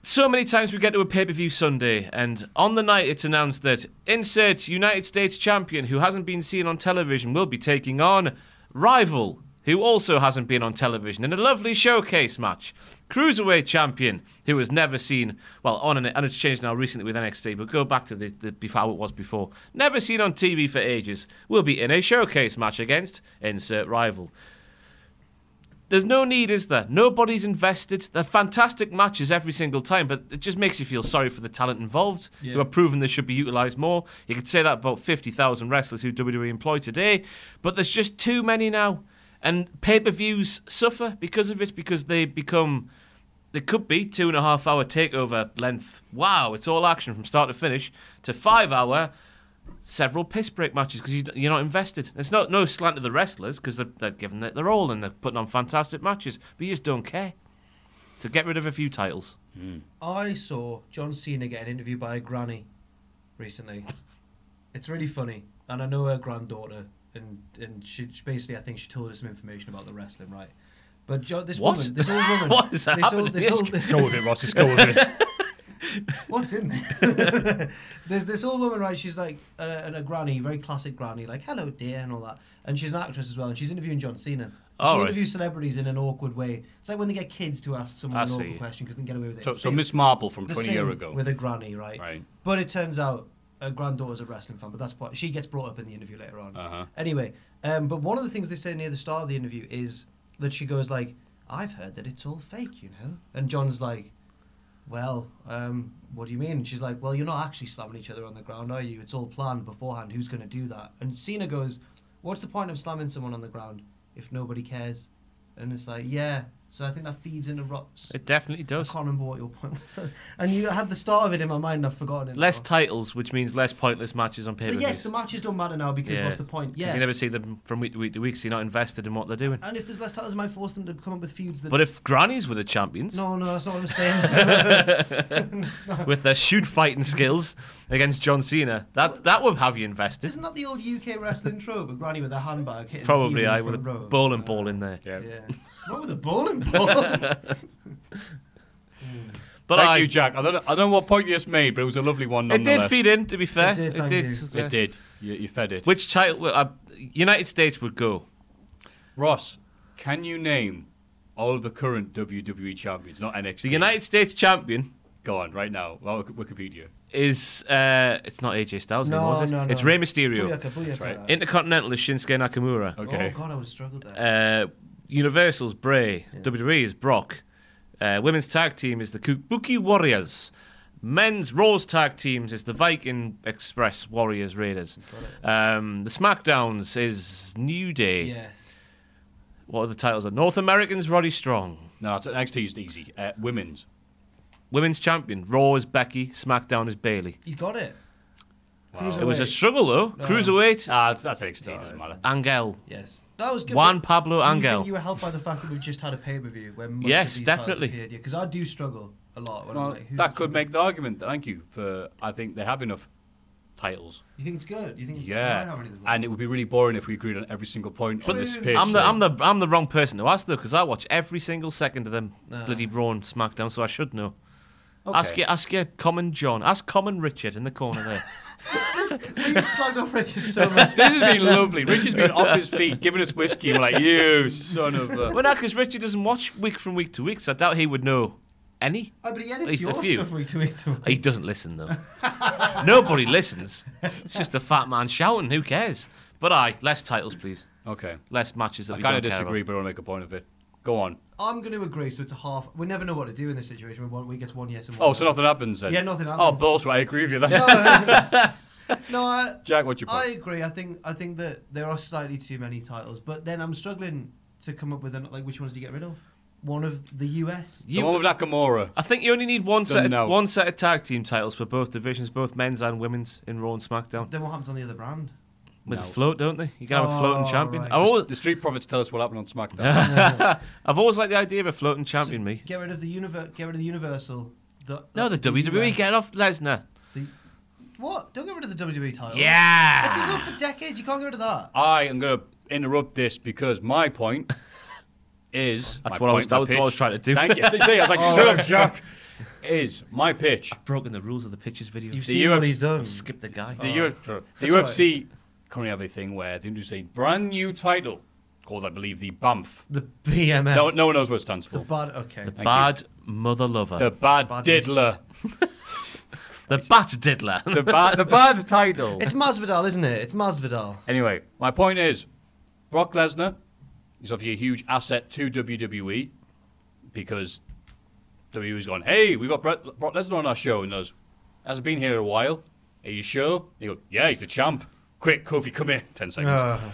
[SPEAKER 3] so many times we get to a pay per view Sunday, and on the night it's announced that insert United States champion who hasn't been seen on television will be taking on rival who also hasn't been on television in a lovely showcase match. Cruiserweight champion who was never seen, well, on an, and it's changed now recently with NXT, but go back to the, the before how it was before. Never seen on TV for ages, will be in a showcase match against insert rival. There's no need, is there? Nobody's invested. They're fantastic matches every single time, but it just makes you feel sorry for the talent involved who
[SPEAKER 2] Yeah.
[SPEAKER 3] are proven they should be utilised more. You could say that about 50,000 wrestlers who WWE employ today, but there's just too many now. And pay per views suffer because of it, because they become. They could be two and a half hour takeover length. Wow, it's all action from start to finish, to five hour several piss break matches because you, d- you're not invested. It's not no slant to the wrestlers because they're, they're giving it their all and they're putting on fantastic matches, but you just don't care. To get rid of a few titles,
[SPEAKER 2] I saw John Cena get an interview by a granny recently. It's really funny, and I know her granddaughter, and and she she basically I think she told us some information about the wrestling, right? But jo- this
[SPEAKER 3] What?
[SPEAKER 2] woman, this
[SPEAKER 3] [LAUGHS]
[SPEAKER 2] old woman,
[SPEAKER 3] What
[SPEAKER 2] this
[SPEAKER 3] is happening?
[SPEAKER 2] Old, this old,
[SPEAKER 1] go with it, Ross. Just go with
[SPEAKER 3] [LAUGHS]
[SPEAKER 1] it.
[SPEAKER 2] What's in there? [LAUGHS] There's this old woman, right? She's like a, and a granny, very classic granny, like "Hello, dear" and all that. And she's an actress as well, and she's interviewing John Cena.
[SPEAKER 3] All
[SPEAKER 2] she
[SPEAKER 3] right.
[SPEAKER 2] interviews celebrities in an awkward way. It's like when they get kids to ask someone
[SPEAKER 3] I
[SPEAKER 2] an
[SPEAKER 3] see.
[SPEAKER 2] awkward question because they can get away with it.
[SPEAKER 1] So,
[SPEAKER 2] It's
[SPEAKER 1] so
[SPEAKER 2] same-
[SPEAKER 1] Miss Marple from
[SPEAKER 2] the
[SPEAKER 1] 20 year
[SPEAKER 2] same
[SPEAKER 1] ago.
[SPEAKER 2] with a granny, right?
[SPEAKER 1] Right.
[SPEAKER 2] But it turns out her granddaughter's a wrestling fan, but that's part. She gets brought up in the interview later on.
[SPEAKER 1] Uh-huh.
[SPEAKER 2] Anyway, um, but one of the things they say near the start of the interview is that she goes like, "I've heard that it's all fake, you know," and John's like. Well, um, what do you mean? And she's like, Well, you're not actually slamming each other on the ground, are you? It's all planned beforehand. Who's going to do that? And Cena goes, What's the point of slamming someone on the ground if nobody cares? And it's like, Yeah. So I think that feeds into Rock's
[SPEAKER 3] it definitely
[SPEAKER 2] I
[SPEAKER 3] does.
[SPEAKER 2] can't remember what your point was. [LAUGHS] And you had the start of it in my mind, and I've forgotten it.
[SPEAKER 3] Less
[SPEAKER 2] now.
[SPEAKER 3] titles, which means less pointless matches on pay per
[SPEAKER 2] But
[SPEAKER 3] views.
[SPEAKER 2] yes, the matches don't matter now because what's the point? Yeah. Uh,
[SPEAKER 3] you never see them from week to week to week, so you're not invested in what they're doing.
[SPEAKER 2] And if there's less titles, it might force them to come up with feuds that.
[SPEAKER 3] But if grannies were the champions
[SPEAKER 2] no, no, that's not what I'm
[SPEAKER 3] [LAUGHS]
[SPEAKER 2] saying. It's not-
[SPEAKER 3] with their shoot fighting skills against John Cena, that that would have you invested.
[SPEAKER 2] Isn't that the old UK wrestling trope? A granny with a handbag hitting the
[SPEAKER 3] Probably
[SPEAKER 2] heel in
[SPEAKER 3] I
[SPEAKER 2] the
[SPEAKER 3] would
[SPEAKER 2] front row? Uh,
[SPEAKER 3] have bowling ball in there.
[SPEAKER 1] yeah.
[SPEAKER 2] Yeah. Not with a bowling
[SPEAKER 3] [LAUGHS]
[SPEAKER 2] ball.
[SPEAKER 3] But
[SPEAKER 1] Thank
[SPEAKER 3] I,
[SPEAKER 1] you, Jack. I don't, know, I don't know what point you just made, but it was a lovely one
[SPEAKER 3] it did
[SPEAKER 1] nonetheless.
[SPEAKER 3] feed in. To be fair,
[SPEAKER 2] It did, thank you.
[SPEAKER 3] yeah.
[SPEAKER 1] It did. You, you fed it.
[SPEAKER 3] Which title? well, Uh, United States would go.
[SPEAKER 1] Ross, can you name all of the current WWE champions, not NXT?
[SPEAKER 3] The United States champion
[SPEAKER 1] Go on, right now. Well, Wikipedia. is
[SPEAKER 3] is uh, it's not AJ Styles
[SPEAKER 2] No,
[SPEAKER 3] anymore, is it?
[SPEAKER 2] no, no.
[SPEAKER 3] It's Rey Mysterio.
[SPEAKER 2] Booyaka, booyaka.
[SPEAKER 1] right.
[SPEAKER 3] Intercontinental is Shinsuke Nakamura.
[SPEAKER 1] Okay.
[SPEAKER 2] Oh, God, I would struggle there.
[SPEAKER 3] Uh, Universal's Bray. WWE is Brock. Uh, women's tag team is the Kabuki Warriors. Men's Raw's tag teams is the Viking Express Warriors Raiders. Um, the SmackDowns is New Day.
[SPEAKER 2] yes.
[SPEAKER 3] What are the titles? Of North Americans Roddy Strong.
[SPEAKER 1] No, it's, NXT is easy. Uh, women's.
[SPEAKER 3] Women's champion Raw is Becky. SmackDown is Bailey.
[SPEAKER 2] He's got it.
[SPEAKER 3] It
[SPEAKER 1] Oh,
[SPEAKER 3] was a
[SPEAKER 2] Cruiserweight.
[SPEAKER 3] struggle though. Cruiserweight.
[SPEAKER 1] Ah, that's, that's NXT. doesn't matter.
[SPEAKER 3] Angel.
[SPEAKER 2] Yes. That was good.
[SPEAKER 3] Juan
[SPEAKER 2] but do
[SPEAKER 3] Pablo
[SPEAKER 2] You,
[SPEAKER 3] Angel.
[SPEAKER 2] think you were helped by the fact that we've just had a pay per view where most
[SPEAKER 3] Yes,
[SPEAKER 2] of these
[SPEAKER 3] definitely.
[SPEAKER 2] Because I do struggle a lot when I'm
[SPEAKER 1] Well,
[SPEAKER 2] like, who's
[SPEAKER 1] that
[SPEAKER 2] the
[SPEAKER 1] could
[SPEAKER 2] champion?
[SPEAKER 1] make the argument. Thank you for. I think they have enough titles.
[SPEAKER 2] You think it's good? You think it's I
[SPEAKER 1] Yeah,
[SPEAKER 2] don't really-
[SPEAKER 1] and it would be really boring if we agreed on every single point on this page.
[SPEAKER 3] I'm the
[SPEAKER 1] so-
[SPEAKER 3] I'm the I'm the wrong person to ask though because I watch every single second of them bloody Raw and SmackDown, so I should know. Ask
[SPEAKER 1] Okay.
[SPEAKER 3] your ask your common John, ask common Richard in the corner there.
[SPEAKER 1] [LAUGHS]
[SPEAKER 2] [LAUGHS] We've slagged off Richard
[SPEAKER 3] [LAUGHS]
[SPEAKER 2] so much.
[SPEAKER 1] This has been lovely. Rich has been off his feet, giving us whiskey. and We're like, you son of. A...
[SPEAKER 3] well, no, because Richard doesn't watch week from week to week, so I doubt he would know any.
[SPEAKER 2] Oh, but he edits
[SPEAKER 3] Least a
[SPEAKER 2] your
[SPEAKER 3] few.
[SPEAKER 2] stuff week to week to
[SPEAKER 3] He doesn't
[SPEAKER 1] [LAUGHS]
[SPEAKER 3] listen though. Nobody listens. It's just a fat man shouting. Who cares? But I less titles, please.
[SPEAKER 1] Okay,
[SPEAKER 3] Less matches that
[SPEAKER 1] I
[SPEAKER 3] we
[SPEAKER 1] kind
[SPEAKER 3] don't
[SPEAKER 1] of
[SPEAKER 3] care about.
[SPEAKER 1] disagree, but I want to make a point of it. Go on.
[SPEAKER 2] I'm going to agree, so it's a half. We never know what to do in this situation. We one week gets one yes and one.
[SPEAKER 1] Oh, so
[SPEAKER 2] no.
[SPEAKER 1] nothing happens then.
[SPEAKER 2] Yeah, nothing
[SPEAKER 1] Oh,
[SPEAKER 2] happens.
[SPEAKER 1] bullshit! I agree with you. Then.
[SPEAKER 3] [LAUGHS]
[SPEAKER 2] No, I,
[SPEAKER 1] [LAUGHS] Jack, what's your
[SPEAKER 2] I
[SPEAKER 1] point?
[SPEAKER 2] agree. I think I think that there are slightly too many titles, but then I'm struggling to come up with an, like which ones do you get rid of? One of the US.
[SPEAKER 1] the
[SPEAKER 3] You-
[SPEAKER 1] one with Nakamura.
[SPEAKER 3] I think you only need one set of,
[SPEAKER 1] know.
[SPEAKER 3] one set of tag team titles for both divisions, both men's and women's in Raw and SmackDown.
[SPEAKER 2] Then what happens on the other brand?
[SPEAKER 3] With
[SPEAKER 1] No.
[SPEAKER 3] a float, don't they? You can have a floating
[SPEAKER 2] Oh,
[SPEAKER 3] champion.
[SPEAKER 2] right.
[SPEAKER 3] I've, [LAUGHS] always,
[SPEAKER 1] The Street Profits tell us what happened on
[SPEAKER 3] [LAUGHS]
[SPEAKER 1] SmackDown.
[SPEAKER 3] I've always liked the idea of a floating champion, me.
[SPEAKER 2] Get rid of the univer- Get rid of the Universal. The,
[SPEAKER 3] No, the WWE,
[SPEAKER 2] US.
[SPEAKER 3] get off Lesnar.
[SPEAKER 2] The- what? Don't get rid of the WWE title. It's been
[SPEAKER 3] Yeah!
[SPEAKER 2] good for decades. You can't get rid of that.
[SPEAKER 1] I am going to interrupt this because my point is.
[SPEAKER 3] That's
[SPEAKER 1] my
[SPEAKER 3] what I was-
[SPEAKER 1] point,
[SPEAKER 3] that
[SPEAKER 1] my
[SPEAKER 3] was what I was
[SPEAKER 1] pitch-
[SPEAKER 3] trying to do.
[SPEAKER 1] Thank you. See, see, I
[SPEAKER 3] [LAUGHS]
[SPEAKER 1] was like, shut up, Jack. Is my pitch.
[SPEAKER 3] Broken the rules of the pitches video.
[SPEAKER 2] You've
[SPEAKER 1] The
[SPEAKER 2] seen what
[SPEAKER 1] UFC
[SPEAKER 2] he's done.
[SPEAKER 3] skipped the guy.
[SPEAKER 1] The, Uf- the
[SPEAKER 2] Oh, That's right.
[SPEAKER 1] UFC currently have a thing where they introduce a brand new title called, I believe, the BAMF.
[SPEAKER 2] The BMF.
[SPEAKER 1] No, no one knows what it stands
[SPEAKER 2] The
[SPEAKER 1] for.
[SPEAKER 2] bad. Okay.
[SPEAKER 1] Thank
[SPEAKER 3] Bad mother lover.
[SPEAKER 1] you. The Bad
[SPEAKER 2] Baddest.
[SPEAKER 1] Diddler.
[SPEAKER 3] The bat diddler.
[SPEAKER 1] The bad, the bad title.
[SPEAKER 2] It's Masvidal, isn't it? It's Masvidal.
[SPEAKER 1] Anyway, my point is, Brock Lesnar is obviously a huge asset to WWE because WWE's gone, hey, we got Brett, Brock Lesnar on our show, and us hasn't been here in a while. Are you sure? He goes, yeah, he's the champ. Quick, Kofi, come here. Ten seconds.
[SPEAKER 2] Uh,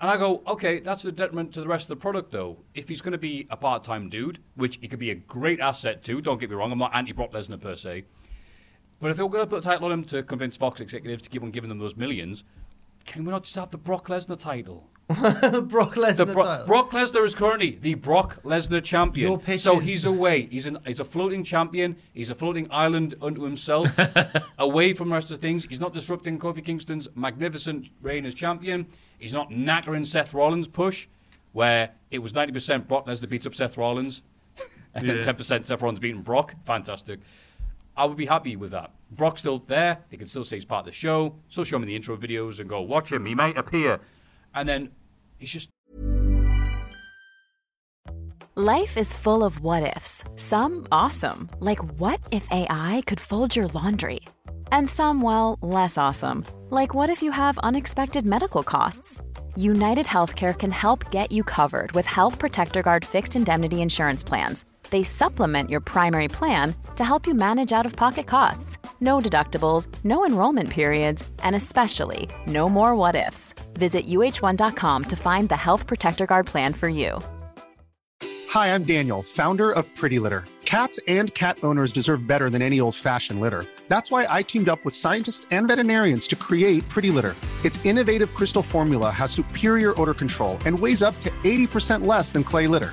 [SPEAKER 1] And I go, okay, that's a detriment to the rest of the product, though. If he's going to be a part time dude, which he could be a great asset to, don't get me wrong, I'm not anti Brock Lesnar per se. But if they're going to put a title on him to convince Fox executives to keep on giving them those millions, can we not just have the Brock Lesnar title?
[SPEAKER 2] Uh, [LAUGHS] Brock Lesnar
[SPEAKER 1] The Bro-
[SPEAKER 2] title.
[SPEAKER 1] Brock Lesnar is currently the Brock Lesnar champion.
[SPEAKER 2] Your pitch
[SPEAKER 1] so
[SPEAKER 2] is-
[SPEAKER 1] he's away. He's, an, he's a floating champion. He's a floating island unto himself, away from the rest of things. He's not disrupting Kofi Kingston's magnificent reign as champion. He's not knackering Seth Rollins' push, where it was 90% Brock Lesnar beats up Seth Rollins, [LAUGHS] and then 10% Seth Rollins beating Brock. Fantastic. I would be happy with that. Brock's still there. They can still say he's part of the show. Still show him in the intro videos and go, watch him. He might appear. And then he's just
[SPEAKER 4] Life is full of what ifs. Some awesome, like what if AI could fold your laundry? And some, well, less awesome, like what if you have unexpected medical costs? United Healthcare can help get you covered with Health Protector Guard fixed indemnity insurance plans. They supplement your primary plan to help you manage out of pocket costs. No deductibles, no enrollment periods, and especially no more what ifs. Visit uh1.com to find the Health Protector Guard plan for you.
[SPEAKER 5] Hi, I'm Daniel, founder of Pretty Litter. Cats and cat owners deserve better than any old fashioned litter. That's why I teamed up with scientists and veterinarians to create Pretty Litter. Its innovative crystal formula has superior odor control and weighs up to 80% less than clay litter.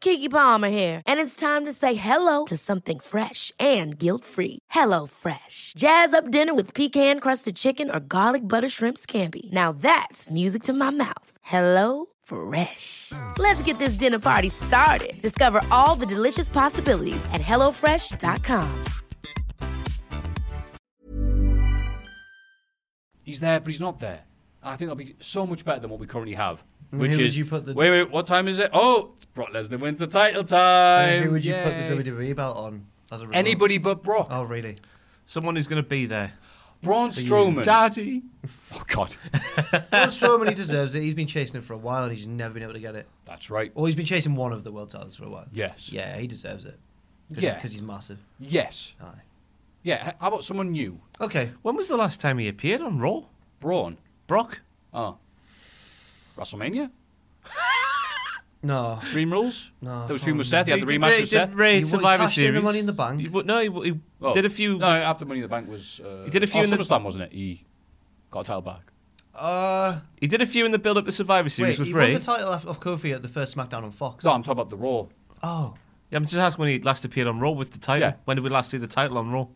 [SPEAKER 6] Kiki Palmer here, and it's time to say hello to something fresh and guilt-free. Hello Fresh. Jazz up dinner with pecan-crusted chicken or garlic butter shrimp scampi. Now that's music to my mouth. Hello Fresh. Let's get this dinner party started. Discover all the delicious possibilities at hellofresh.com.
[SPEAKER 1] He's there, but he's not there. And I think that'll be so much better than what we currently have.
[SPEAKER 2] And
[SPEAKER 1] Which
[SPEAKER 2] who would
[SPEAKER 1] is
[SPEAKER 2] you put the-
[SPEAKER 1] wait, wait, what time is it? Oh, Brock Lesnar wins the title
[SPEAKER 2] And
[SPEAKER 1] time.
[SPEAKER 2] who would you
[SPEAKER 1] Yay.
[SPEAKER 2] put the WWE belt on as a result?
[SPEAKER 1] Anybody but Brock. [LAUGHS]
[SPEAKER 2] Oh, really?
[SPEAKER 3] [LAUGHS] Someone who's going to be there.
[SPEAKER 1] Braun Strowman.
[SPEAKER 3] Daddy.
[SPEAKER 1] Oh God, [LAUGHS]
[SPEAKER 2] Braun Strowman, he deserves it. He's been chasing it for a while and he's never been able to get it.
[SPEAKER 1] that's right.
[SPEAKER 2] Or he's been chasing one of the world titles for a while.
[SPEAKER 1] Yes.
[SPEAKER 2] Yeah, he deserves it. Cause,
[SPEAKER 1] Yeah.
[SPEAKER 2] Because he's massive.
[SPEAKER 1] Yes.
[SPEAKER 2] Aye.
[SPEAKER 1] Yeah. How about someone new?
[SPEAKER 2] Okay.
[SPEAKER 3] When was the last time he appeared on Raw?
[SPEAKER 1] Braun.
[SPEAKER 3] Brock?
[SPEAKER 1] Oh. WrestleMania.
[SPEAKER 2] No.
[SPEAKER 1] Dream rules.
[SPEAKER 2] No,
[SPEAKER 1] There was
[SPEAKER 2] I
[SPEAKER 1] Dream
[SPEAKER 2] can't
[SPEAKER 1] with Seth. He had the
[SPEAKER 3] He did-
[SPEAKER 1] rematch
[SPEAKER 3] they
[SPEAKER 1] with
[SPEAKER 3] did
[SPEAKER 1] Seth.
[SPEAKER 3] Ray
[SPEAKER 2] He- well, he
[SPEAKER 3] Survivor
[SPEAKER 2] cashed in the
[SPEAKER 3] Series.
[SPEAKER 2] Money in the Bank.
[SPEAKER 3] He- well, no, he, he
[SPEAKER 1] Oh,
[SPEAKER 3] did a few.
[SPEAKER 1] No, after Money in the Bank was. Uh,
[SPEAKER 3] He did a few
[SPEAKER 1] oh,
[SPEAKER 3] in the-
[SPEAKER 1] SummerSlam, wasn't it? He got a title back.
[SPEAKER 2] Uh,
[SPEAKER 3] He did a few in the build-up to Survivor Series
[SPEAKER 2] wait,
[SPEAKER 3] with
[SPEAKER 2] he
[SPEAKER 3] Ray.
[SPEAKER 2] won the title off of Kofi at the first SmackDown on Fox.
[SPEAKER 1] No, I'm talking about the Raw.
[SPEAKER 2] Oh.
[SPEAKER 3] Yeah, I'm just asking when he last appeared on Raw with the title.
[SPEAKER 1] Yeah.
[SPEAKER 3] When did we last see the title on Raw?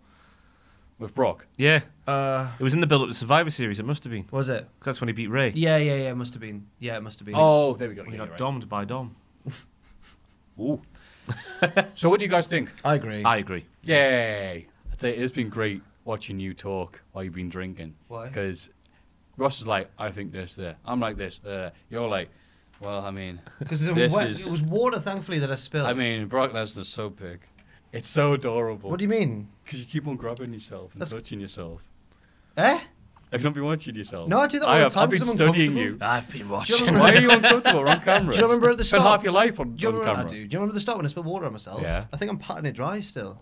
[SPEAKER 1] with Brock.
[SPEAKER 3] Yeah,
[SPEAKER 2] Uh,
[SPEAKER 3] it was in the build-up to Survivor Series. It must have been. 'Cause
[SPEAKER 2] was it?
[SPEAKER 3] that's when he beat Ray.
[SPEAKER 2] Yeah, yeah, yeah. It must have been. Yeah, it must have been.
[SPEAKER 1] Oh, there we go.
[SPEAKER 3] He
[SPEAKER 1] Yeah,
[SPEAKER 3] got
[SPEAKER 1] you're right.
[SPEAKER 3] domed by Dom.
[SPEAKER 1] Ooh. [LAUGHS] so, what do you guys think?
[SPEAKER 2] I agree.
[SPEAKER 3] I agree.
[SPEAKER 1] Yay! I tell you, it's been great watching you talk while you've been drinking.
[SPEAKER 2] Why?
[SPEAKER 1] Because Ross is like, I think this there. I'm like this there. You're like, well, I mean,
[SPEAKER 2] Because it,
[SPEAKER 1] this
[SPEAKER 2] wa-
[SPEAKER 1] is.
[SPEAKER 2] it was water, thankfully, that I spilled.
[SPEAKER 1] I mean, Brock Lesnar's so big. It's so adorable.
[SPEAKER 2] what do you mean?
[SPEAKER 1] Because you keep on grabbing yourself and
[SPEAKER 2] That's-
[SPEAKER 1] touching yourself.
[SPEAKER 2] Eh?
[SPEAKER 1] I can't be watching yourself.
[SPEAKER 2] No, I do that all
[SPEAKER 1] I
[SPEAKER 2] the
[SPEAKER 1] have-
[SPEAKER 2] time
[SPEAKER 1] I've been
[SPEAKER 2] 'cause I'm
[SPEAKER 1] studying you.
[SPEAKER 2] uncomfortable.
[SPEAKER 3] I've been
[SPEAKER 2] Do you
[SPEAKER 3] watching.
[SPEAKER 1] [LAUGHS]
[SPEAKER 2] remember-
[SPEAKER 1] Why are you uncomfortable? We're on camera.
[SPEAKER 2] Do you remember at the
[SPEAKER 1] Spend
[SPEAKER 2] start?
[SPEAKER 1] half your life on,
[SPEAKER 2] Do you
[SPEAKER 1] on
[SPEAKER 2] remember,
[SPEAKER 1] camera.
[SPEAKER 2] I do. Do you remember the start when I spilled water on myself?
[SPEAKER 1] Yeah.
[SPEAKER 2] I think I'm patting it dry still.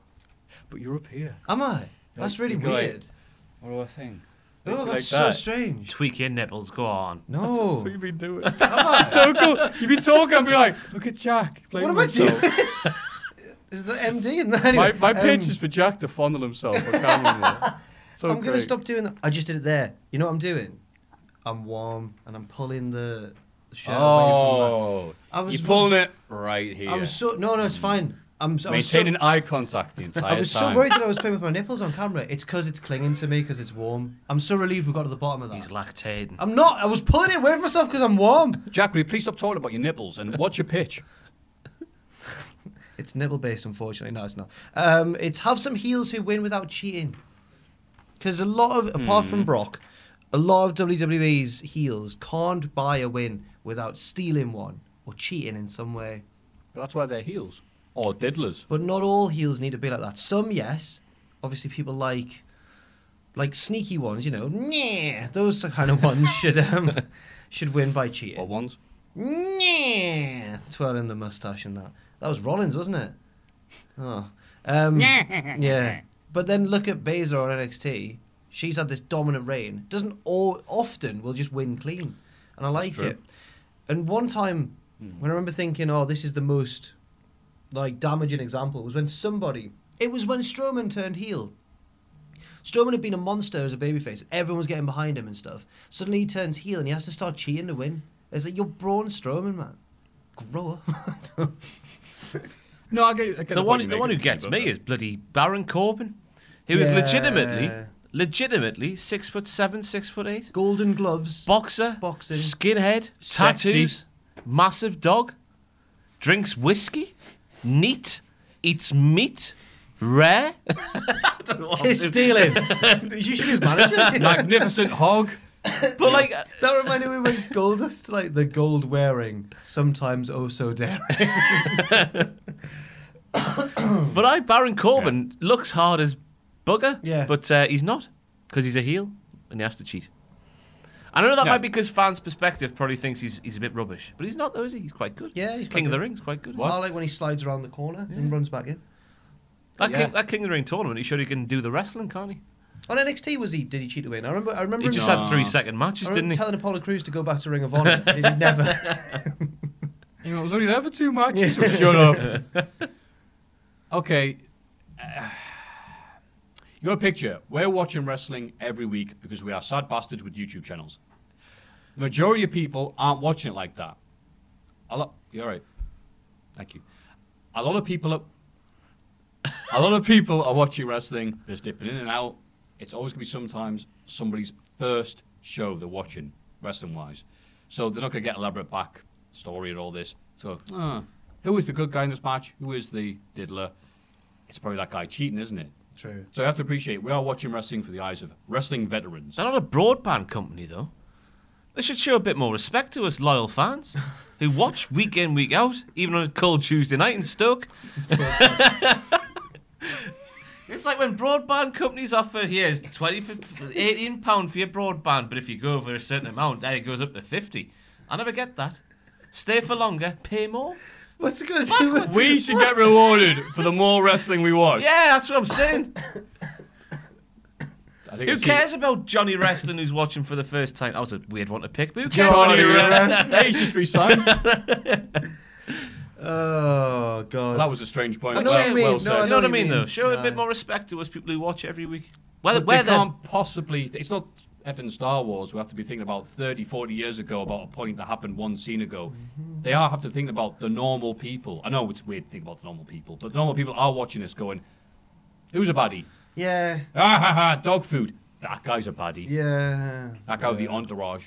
[SPEAKER 1] But you're up here.
[SPEAKER 2] Am I? That's really
[SPEAKER 1] you're like-
[SPEAKER 2] weird.
[SPEAKER 1] What do I think?
[SPEAKER 2] Oh,
[SPEAKER 1] Like
[SPEAKER 2] that's so
[SPEAKER 1] that. [LAUGHS]
[SPEAKER 2] strange.
[SPEAKER 3] Tweak your nipples. Go on.
[SPEAKER 2] No.
[SPEAKER 1] That's what you've been doing. [LAUGHS] It's so cool. You've been talking and be like, look at Jack. playing
[SPEAKER 2] What am I
[SPEAKER 1] with himself.
[SPEAKER 2] doing? Is the MD in there?
[SPEAKER 1] My,
[SPEAKER 2] Anyway,
[SPEAKER 1] my pitch
[SPEAKER 2] um,
[SPEAKER 1] is for Jack to fondle himself on camera. more. So
[SPEAKER 2] I'm going to
[SPEAKER 1] Oh, great.
[SPEAKER 2] stop doing that. I just did it there. You know what I'm doing? I'm warm and I'm pulling the shirt away
[SPEAKER 1] Oh,
[SPEAKER 2] I was-
[SPEAKER 1] you're pulling it right here.
[SPEAKER 2] from my. I was so. No, no, it's fine. I'm I was so-
[SPEAKER 1] Maintaining eye contact the entire
[SPEAKER 2] I was
[SPEAKER 1] time.
[SPEAKER 2] so worried that I was playing with my nipples on camera. It's because it's clinging to me because it's warm. I'm so relieved we got to the bottom of that.
[SPEAKER 3] He's lactating.
[SPEAKER 2] I'm not. I was pulling it away from myself because I'm warm.
[SPEAKER 1] Jack, will you please stop talking about your nipples and what's your pitch?
[SPEAKER 2] It's nipple based, unfortunately. No, it's not. Um, it's have some heels who win without cheating. Because a lot of, apart from Brock, a lot of WWE's heels can't buy a win without stealing one or cheating in some way.
[SPEAKER 1] That's why they're heels. Or diddlers.
[SPEAKER 2] But not all heels need to be like that. Some, yes. Obviously, people like like sneaky ones, you know, nah, those kind of ones should um, should win by
[SPEAKER 1] Or
[SPEAKER 2] cheating.
[SPEAKER 1] ones.
[SPEAKER 2] Nah, twirling the mustache and that. That was Rollins, wasn't it? Oh, um, yeah. But then look at Baszler on NXT. She's had this dominant reign. Doesn't all often will just win clean, and I like
[SPEAKER 1] true.
[SPEAKER 2] it. And one time when I remember thinking, "Oh, this is the most like damaging example," was when somebody. It was when Strowman turned heel. Strowman had been a monster as a babyface. Everyone was getting behind him and stuff. Suddenly he turns heel and he has to start cheating to win. It's like you're Braun Strowman, man. Grow up. [LAUGHS]
[SPEAKER 1] No, I get, I get
[SPEAKER 3] the
[SPEAKER 1] the
[SPEAKER 3] one,
[SPEAKER 1] point
[SPEAKER 3] the
[SPEAKER 1] you're
[SPEAKER 3] one who
[SPEAKER 1] making,
[SPEAKER 3] gets me
[SPEAKER 1] but-
[SPEAKER 3] is bloody Baron Corbin, who is
[SPEAKER 2] Yeah.
[SPEAKER 3] legitimately, legitimately six foot seven, six foot eight,
[SPEAKER 2] Golden gloves.
[SPEAKER 3] boxer,
[SPEAKER 2] Boxing.
[SPEAKER 3] skinhead,
[SPEAKER 1] Sexy.
[SPEAKER 3] tattoos, massive dog, drinks whiskey, neat, eats meat, rare. [LAUGHS]
[SPEAKER 2] He's stealing. you should be his manager.
[SPEAKER 1] [LAUGHS]
[SPEAKER 2] [LAUGHS]
[SPEAKER 1] Magnificent hog.
[SPEAKER 3] But like, uh,
[SPEAKER 2] that reminded me when Goldust, like the gold wearing, sometimes oh so daring.
[SPEAKER 3] [LAUGHS] but I Baron Corbin looks hard as bugger.
[SPEAKER 2] Yeah.
[SPEAKER 3] But uh, he's not because he's a heel and he has to cheat. I don't know that
[SPEAKER 1] No.
[SPEAKER 3] might be because fans' perspective probably thinks he's he's a bit rubbish, but he's not though, is he? He's quite good.
[SPEAKER 2] Yeah, he's
[SPEAKER 3] King
[SPEAKER 2] quite
[SPEAKER 3] of the
[SPEAKER 2] good.
[SPEAKER 3] Ring's quite good.
[SPEAKER 2] I like when he slides around the corner and runs back in.
[SPEAKER 3] That,
[SPEAKER 1] Yeah.
[SPEAKER 3] King, that King of the Ring tournament, he showed he can do the wrestling, can't he?
[SPEAKER 2] On NXT, was he? Did he cheat away? And I remember. I remember.
[SPEAKER 3] He
[SPEAKER 2] him-
[SPEAKER 3] just had three second matches,
[SPEAKER 2] I remember
[SPEAKER 3] didn't he?
[SPEAKER 2] telling Apollo Crews to go back to Ring of Honor.
[SPEAKER 3] [LAUGHS]
[SPEAKER 2] and he never. [LAUGHS]
[SPEAKER 1] You know, I was only there for two matches. so shut up. okay. Uh, Your picture. We're watching wrestling every week because we are sad bastards with YouTube channels. The majority of people aren't watching it like that. A lot. You're right. Thank you. A lot of people are. a lot of people are watching wrestling. They're dipping in and out. It's always going to be sometimes somebody's first show they're watching wrestling wise, so they're not going to get elaborate back story and all this. So, ah, who is the good guy in this match? Who is the diddler? It's probably that guy cheating, isn't it?
[SPEAKER 2] True.
[SPEAKER 1] So you have to appreciate we are watching wrestling through the eyes of wrestling veterans.
[SPEAKER 3] They're not a broadband company, though. They should show a bit more respect to us loyal fans who watch week in, week out, even on a cold Tuesday night in Stoke. [LAUGHS] it's like when broadband companies offer, here's 20, p- 18 pound for your broadband, but if you go over a certain amount, then it goes up to 50. I never get that. Stay for longer, pay more.
[SPEAKER 2] What's it going to do with
[SPEAKER 1] We should get rewarded for the more wrestling we watch.
[SPEAKER 3] Yeah, that's what I'm saying.
[SPEAKER 1] I think
[SPEAKER 3] Who
[SPEAKER 1] I see-
[SPEAKER 3] cares about Johnny Wrestling who's watching for the first time? That was a weird one to pick, but who cares?
[SPEAKER 1] Johnny Rivera. Hey, he's just resigned. Well,
[SPEAKER 2] Oh, God.
[SPEAKER 1] that was a strange point.
[SPEAKER 2] I know
[SPEAKER 1] well,
[SPEAKER 2] what you mean.
[SPEAKER 1] well
[SPEAKER 2] No,
[SPEAKER 1] said.
[SPEAKER 3] You know what I
[SPEAKER 2] what you
[SPEAKER 3] mean,
[SPEAKER 2] mean.
[SPEAKER 3] though. Show a bit
[SPEAKER 2] No.
[SPEAKER 3] more respect to us people who watch every week. Whether,
[SPEAKER 1] But they
[SPEAKER 3] whether
[SPEAKER 1] can't possibly. It's not effing Star Wars. We have to be thinking about 30, 40 years ago about a point that happened one scene ago.
[SPEAKER 3] Mm-hmm.
[SPEAKER 1] They are have to think about the normal people. I know it's weird to think about the normal people, but the normal people are watching this going, "Who's a baddie?
[SPEAKER 2] yeah,
[SPEAKER 1] Ah ha ha! Dog food. That guy's a baddie.
[SPEAKER 2] yeah.
[SPEAKER 1] That guy with the entourage.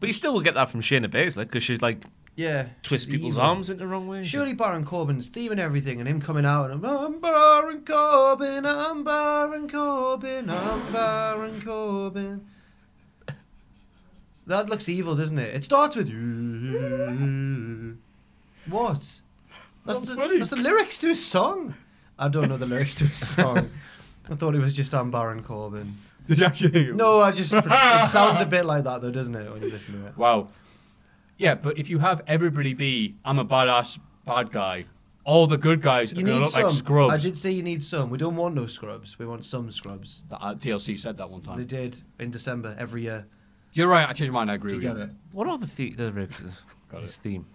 [SPEAKER 3] but you still will get that from Shayna Baszler because she's like
[SPEAKER 2] Yeah.
[SPEAKER 3] twists
[SPEAKER 2] she's
[SPEAKER 3] people's
[SPEAKER 2] evil.
[SPEAKER 3] arms in the wrong way.
[SPEAKER 2] Surely Baron Corbin's theme and everything, and him coming out and I'm, I'm Baron Corbin, I'm Baron Corbin, I'm Baron Corbin. That looks evil, doesn't it? It starts with what? That's,
[SPEAKER 1] That's
[SPEAKER 2] the,
[SPEAKER 1] funny.
[SPEAKER 2] that's the lyrics to his song. I don't know the lyrics to his song. I thought it was just I'm Baron Corbin.
[SPEAKER 1] Did you actually?
[SPEAKER 2] No, I just it sounds a bit like that though, doesn't it? When you listen to it.
[SPEAKER 1] Wow. Yeah, but if you have everybody be, I'm a badass bad guy, all the good guys
[SPEAKER 2] You
[SPEAKER 1] are going to
[SPEAKER 2] need
[SPEAKER 1] look
[SPEAKER 2] some.
[SPEAKER 1] like scrubs.
[SPEAKER 2] I did say you need some. We don't want no scrubs. We want some scrubs.
[SPEAKER 1] That, uh, TLC said that one time.
[SPEAKER 2] They did in December every year.
[SPEAKER 1] You're right. I changed my mind. I agree
[SPEAKER 2] You
[SPEAKER 1] with
[SPEAKER 2] get
[SPEAKER 1] you.
[SPEAKER 2] it.
[SPEAKER 3] What are the, the, the ribs?
[SPEAKER 1] Got
[SPEAKER 3] His
[SPEAKER 1] it.
[SPEAKER 3] theme.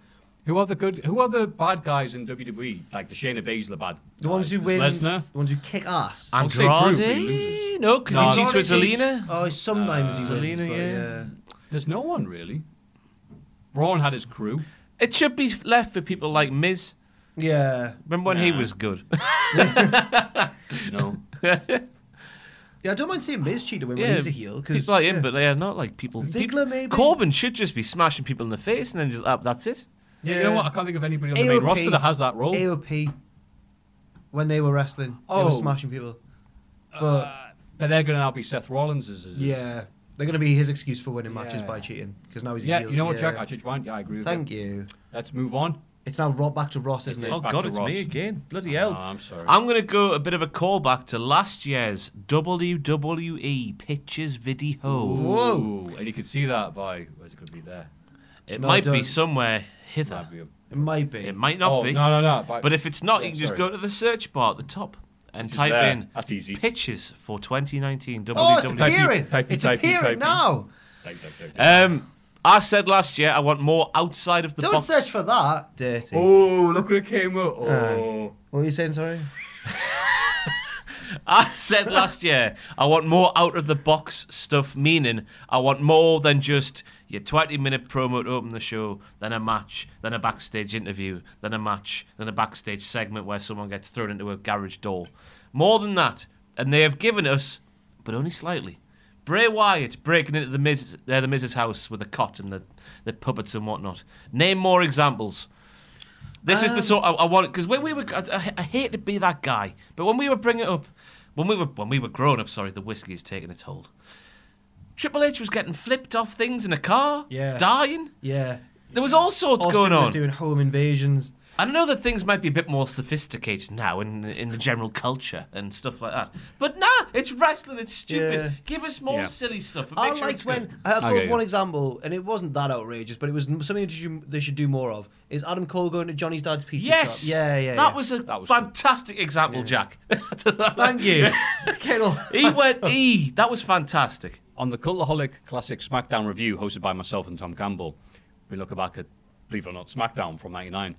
[SPEAKER 1] Who are the good? Who are the bad guys in WWE? Like the Shayna Baszler bad.
[SPEAKER 2] The ones
[SPEAKER 1] guys?
[SPEAKER 2] who
[SPEAKER 1] It's
[SPEAKER 2] win,
[SPEAKER 1] Ah, Lesnar.
[SPEAKER 2] the ones who kick ass.
[SPEAKER 1] I'll say Drew, but he
[SPEAKER 3] Andrade?
[SPEAKER 1] loses.
[SPEAKER 3] No, because
[SPEAKER 1] No,
[SPEAKER 3] he cheats with
[SPEAKER 1] Andrade
[SPEAKER 3] Zelina.
[SPEAKER 2] Oh, sometimes he wins,
[SPEAKER 3] Zelina,
[SPEAKER 2] but
[SPEAKER 3] yeah.
[SPEAKER 2] yeah.
[SPEAKER 1] There's no one really. Braun had his crew.
[SPEAKER 3] It should be left for people like Miz.
[SPEAKER 2] yeah,
[SPEAKER 3] Remember when he
[SPEAKER 1] Nah.
[SPEAKER 3] was good? [LAUGHS]
[SPEAKER 2] [LAUGHS]
[SPEAKER 1] No.
[SPEAKER 2] yeah. I don't mind seeing Miz cheat to win when he's a heel because
[SPEAKER 3] people like him, but they are not like people.
[SPEAKER 2] Ziggler,
[SPEAKER 3] people-
[SPEAKER 2] maybe?
[SPEAKER 3] Corbin should just be smashing people in the face and then just ah, that's it.
[SPEAKER 2] yeah.
[SPEAKER 1] You know what? I can't think of anybody on the main roster that has that role.
[SPEAKER 2] AOP when they were wrestling, they
[SPEAKER 1] Oh. Ah,
[SPEAKER 2] were smashing people. But
[SPEAKER 1] But they're going to now be Seth Rollins's. is it?
[SPEAKER 2] yeah, they're gonna be his excuse for winning matches
[SPEAKER 1] Yeah.
[SPEAKER 2] by cheating because now he's a
[SPEAKER 1] Yeah.
[SPEAKER 2] heel.
[SPEAKER 1] You know what,
[SPEAKER 2] yeah.
[SPEAKER 1] Jack? I changed my mind. Yeah, I agree with
[SPEAKER 2] Thank
[SPEAKER 1] you.
[SPEAKER 2] you.
[SPEAKER 1] Let's move on.
[SPEAKER 2] It's now Rob back to Ross, isn't
[SPEAKER 1] It
[SPEAKER 2] it?
[SPEAKER 1] is.
[SPEAKER 3] Oh
[SPEAKER 1] back
[SPEAKER 3] God,
[SPEAKER 1] to
[SPEAKER 3] it's
[SPEAKER 1] Ross. Ah,
[SPEAKER 3] me again. Bloody hell!
[SPEAKER 1] No, I'm sorry.
[SPEAKER 3] I'm gonna go a bit of a callback to last year's WWE Pictures Video.
[SPEAKER 2] Whoa.
[SPEAKER 1] Ooh, and you can see that by where's it going to be there?
[SPEAKER 3] It
[SPEAKER 2] No,
[SPEAKER 3] might be
[SPEAKER 2] don't.
[SPEAKER 3] somewhere hither.
[SPEAKER 1] Might be a-
[SPEAKER 2] It might be.
[SPEAKER 3] It might not
[SPEAKER 1] oh,
[SPEAKER 3] be.
[SPEAKER 1] No, no, no. By,
[SPEAKER 3] But if it's not,
[SPEAKER 1] Yeah,
[SPEAKER 3] you can just
[SPEAKER 1] sorry.
[SPEAKER 3] go to the search bar at the top and
[SPEAKER 1] It's
[SPEAKER 3] type
[SPEAKER 1] there.
[SPEAKER 3] in
[SPEAKER 1] That's easy.
[SPEAKER 3] pictures for 2019
[SPEAKER 2] oh, it's
[SPEAKER 3] WWE.
[SPEAKER 1] Type in,
[SPEAKER 2] appearing!
[SPEAKER 1] type in,
[SPEAKER 2] it's
[SPEAKER 1] type in,
[SPEAKER 2] appearing
[SPEAKER 1] type in.
[SPEAKER 2] now.
[SPEAKER 1] Like, like, like, like.
[SPEAKER 3] um, I said last year I want more outside of the
[SPEAKER 2] Don't
[SPEAKER 3] box.
[SPEAKER 2] search for that, dirty.
[SPEAKER 1] oh, look what came up. Oh.
[SPEAKER 2] What were you saying? Sorry.
[SPEAKER 3] I said last year, I want more out of the box stuff, meaning I want more than just your 20 minute promo to open the show, then a match, then a backstage interview, then a match, then a backstage segment where someone gets thrown into a garage door. More than that. And they have given us, but only slightly, Bray Wyatt breaking into the Miz, uh, the Miz's house with a cot and the, the puppets and whatnot. Name more examples. This is
[SPEAKER 2] Um,
[SPEAKER 3] the sort I, I want because when we were, I, I- I hate to be that guy, but when we were bringing it up, when we were when we were growing up, sorry, the whiskey is taking its hold. Triple H was getting flipped off things in a car,
[SPEAKER 2] Yeah.
[SPEAKER 3] dying.
[SPEAKER 2] Yeah.
[SPEAKER 3] There was all sorts
[SPEAKER 2] Austin
[SPEAKER 3] going on.
[SPEAKER 2] was doing home invasions.
[SPEAKER 3] I know that things might be a bit more sophisticated now in in the general culture and stuff like that, but nah, it's wrestling. It's stupid.
[SPEAKER 2] Yeah.
[SPEAKER 3] Give us more
[SPEAKER 1] Yeah.
[SPEAKER 3] silly stuff. and
[SPEAKER 2] I
[SPEAKER 3] make sure
[SPEAKER 2] liked
[SPEAKER 3] it's
[SPEAKER 2] when
[SPEAKER 3] good.
[SPEAKER 2] I thought
[SPEAKER 1] Okay,
[SPEAKER 2] of one
[SPEAKER 1] yeah.
[SPEAKER 2] example, and it wasn't that outrageous, but it was something that you, they should do more of. Is Adam Cole going to Johnny's dad's pizza
[SPEAKER 3] Yes,
[SPEAKER 2] shop? Yeah, yeah.
[SPEAKER 3] That
[SPEAKER 2] yeah.
[SPEAKER 3] was a
[SPEAKER 1] That was good.
[SPEAKER 3] fantastic example, Jack. [LAUGHS]
[SPEAKER 2] Thank you. [LAUGHS] Kittle.
[SPEAKER 3] He
[SPEAKER 2] [LAUGHS]
[SPEAKER 3] went E. That was fantastic.
[SPEAKER 1] On the Cultaholic Classic SmackDown review, hosted by myself and Tom Campbell, we look back at, believe it or not, SmackDown from '99.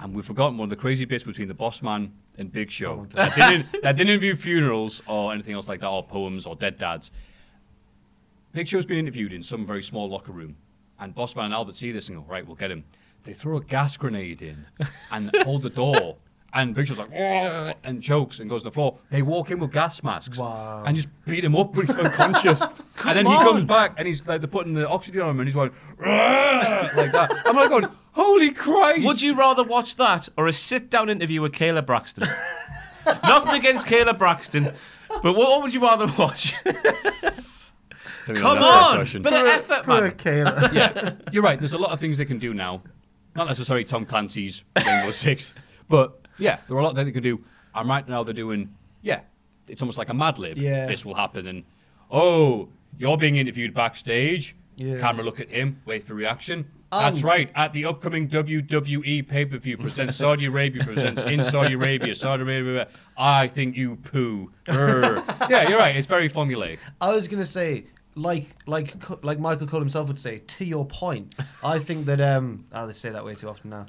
[SPEAKER 1] And we've forgotten one of the crazy bits between the boss man and Big Show. that, didn't, that didn't interview funerals or anything else like that, or poems or dead dads. Big Show's been interviewed in some very small locker room, and Bossman and Albert see this and go, right, we'll get him. They throw a gas grenade in and hold the door, and Big Show's like, "Argh," and chokes and goes to the floor. They walk in with gas masks
[SPEAKER 2] Wow.
[SPEAKER 1] and just beat him up when he's unconscious. and then he comes back and he's like, they're putting the oxygen on him and he's going, "Argh," like that. I'm like, going, holy Christ!
[SPEAKER 3] Would you rather watch that or a sit down interview with Kayla Braxton? Nothing against Kayla Braxton, but what would you rather [LAUGHS] watch? Come on! Bit of effort, man.
[SPEAKER 2] Kayla.
[SPEAKER 1] yeah, you're right. There's a lot of things they can do now. Not necessarily Tom Clancy's Rainbow [LAUGHS] Six, but yeah, there are a lot that they can do. And right now they're doing, yeah, it's almost like a Mad Lib.
[SPEAKER 2] Yeah.
[SPEAKER 1] This will happen, and oh, you're being interviewed backstage.
[SPEAKER 2] Yeah.
[SPEAKER 1] Camera look at him, wait for reaction. That's
[SPEAKER 2] And-
[SPEAKER 1] right. At the upcoming WWE pay per view,
[SPEAKER 2] [LAUGHS]
[SPEAKER 1] presents Saudi Arabia, presents in Saudi Arabia, Saudi Arabia. I think you poo. Err.
[SPEAKER 2] [LAUGHS]
[SPEAKER 1] yeah, you're right. It's very formulaic.
[SPEAKER 2] I was gonna say, like, like, Cu- like Michael Cole himself would say, to your point. I think that um, [LAUGHS] oh, they say that way too often now.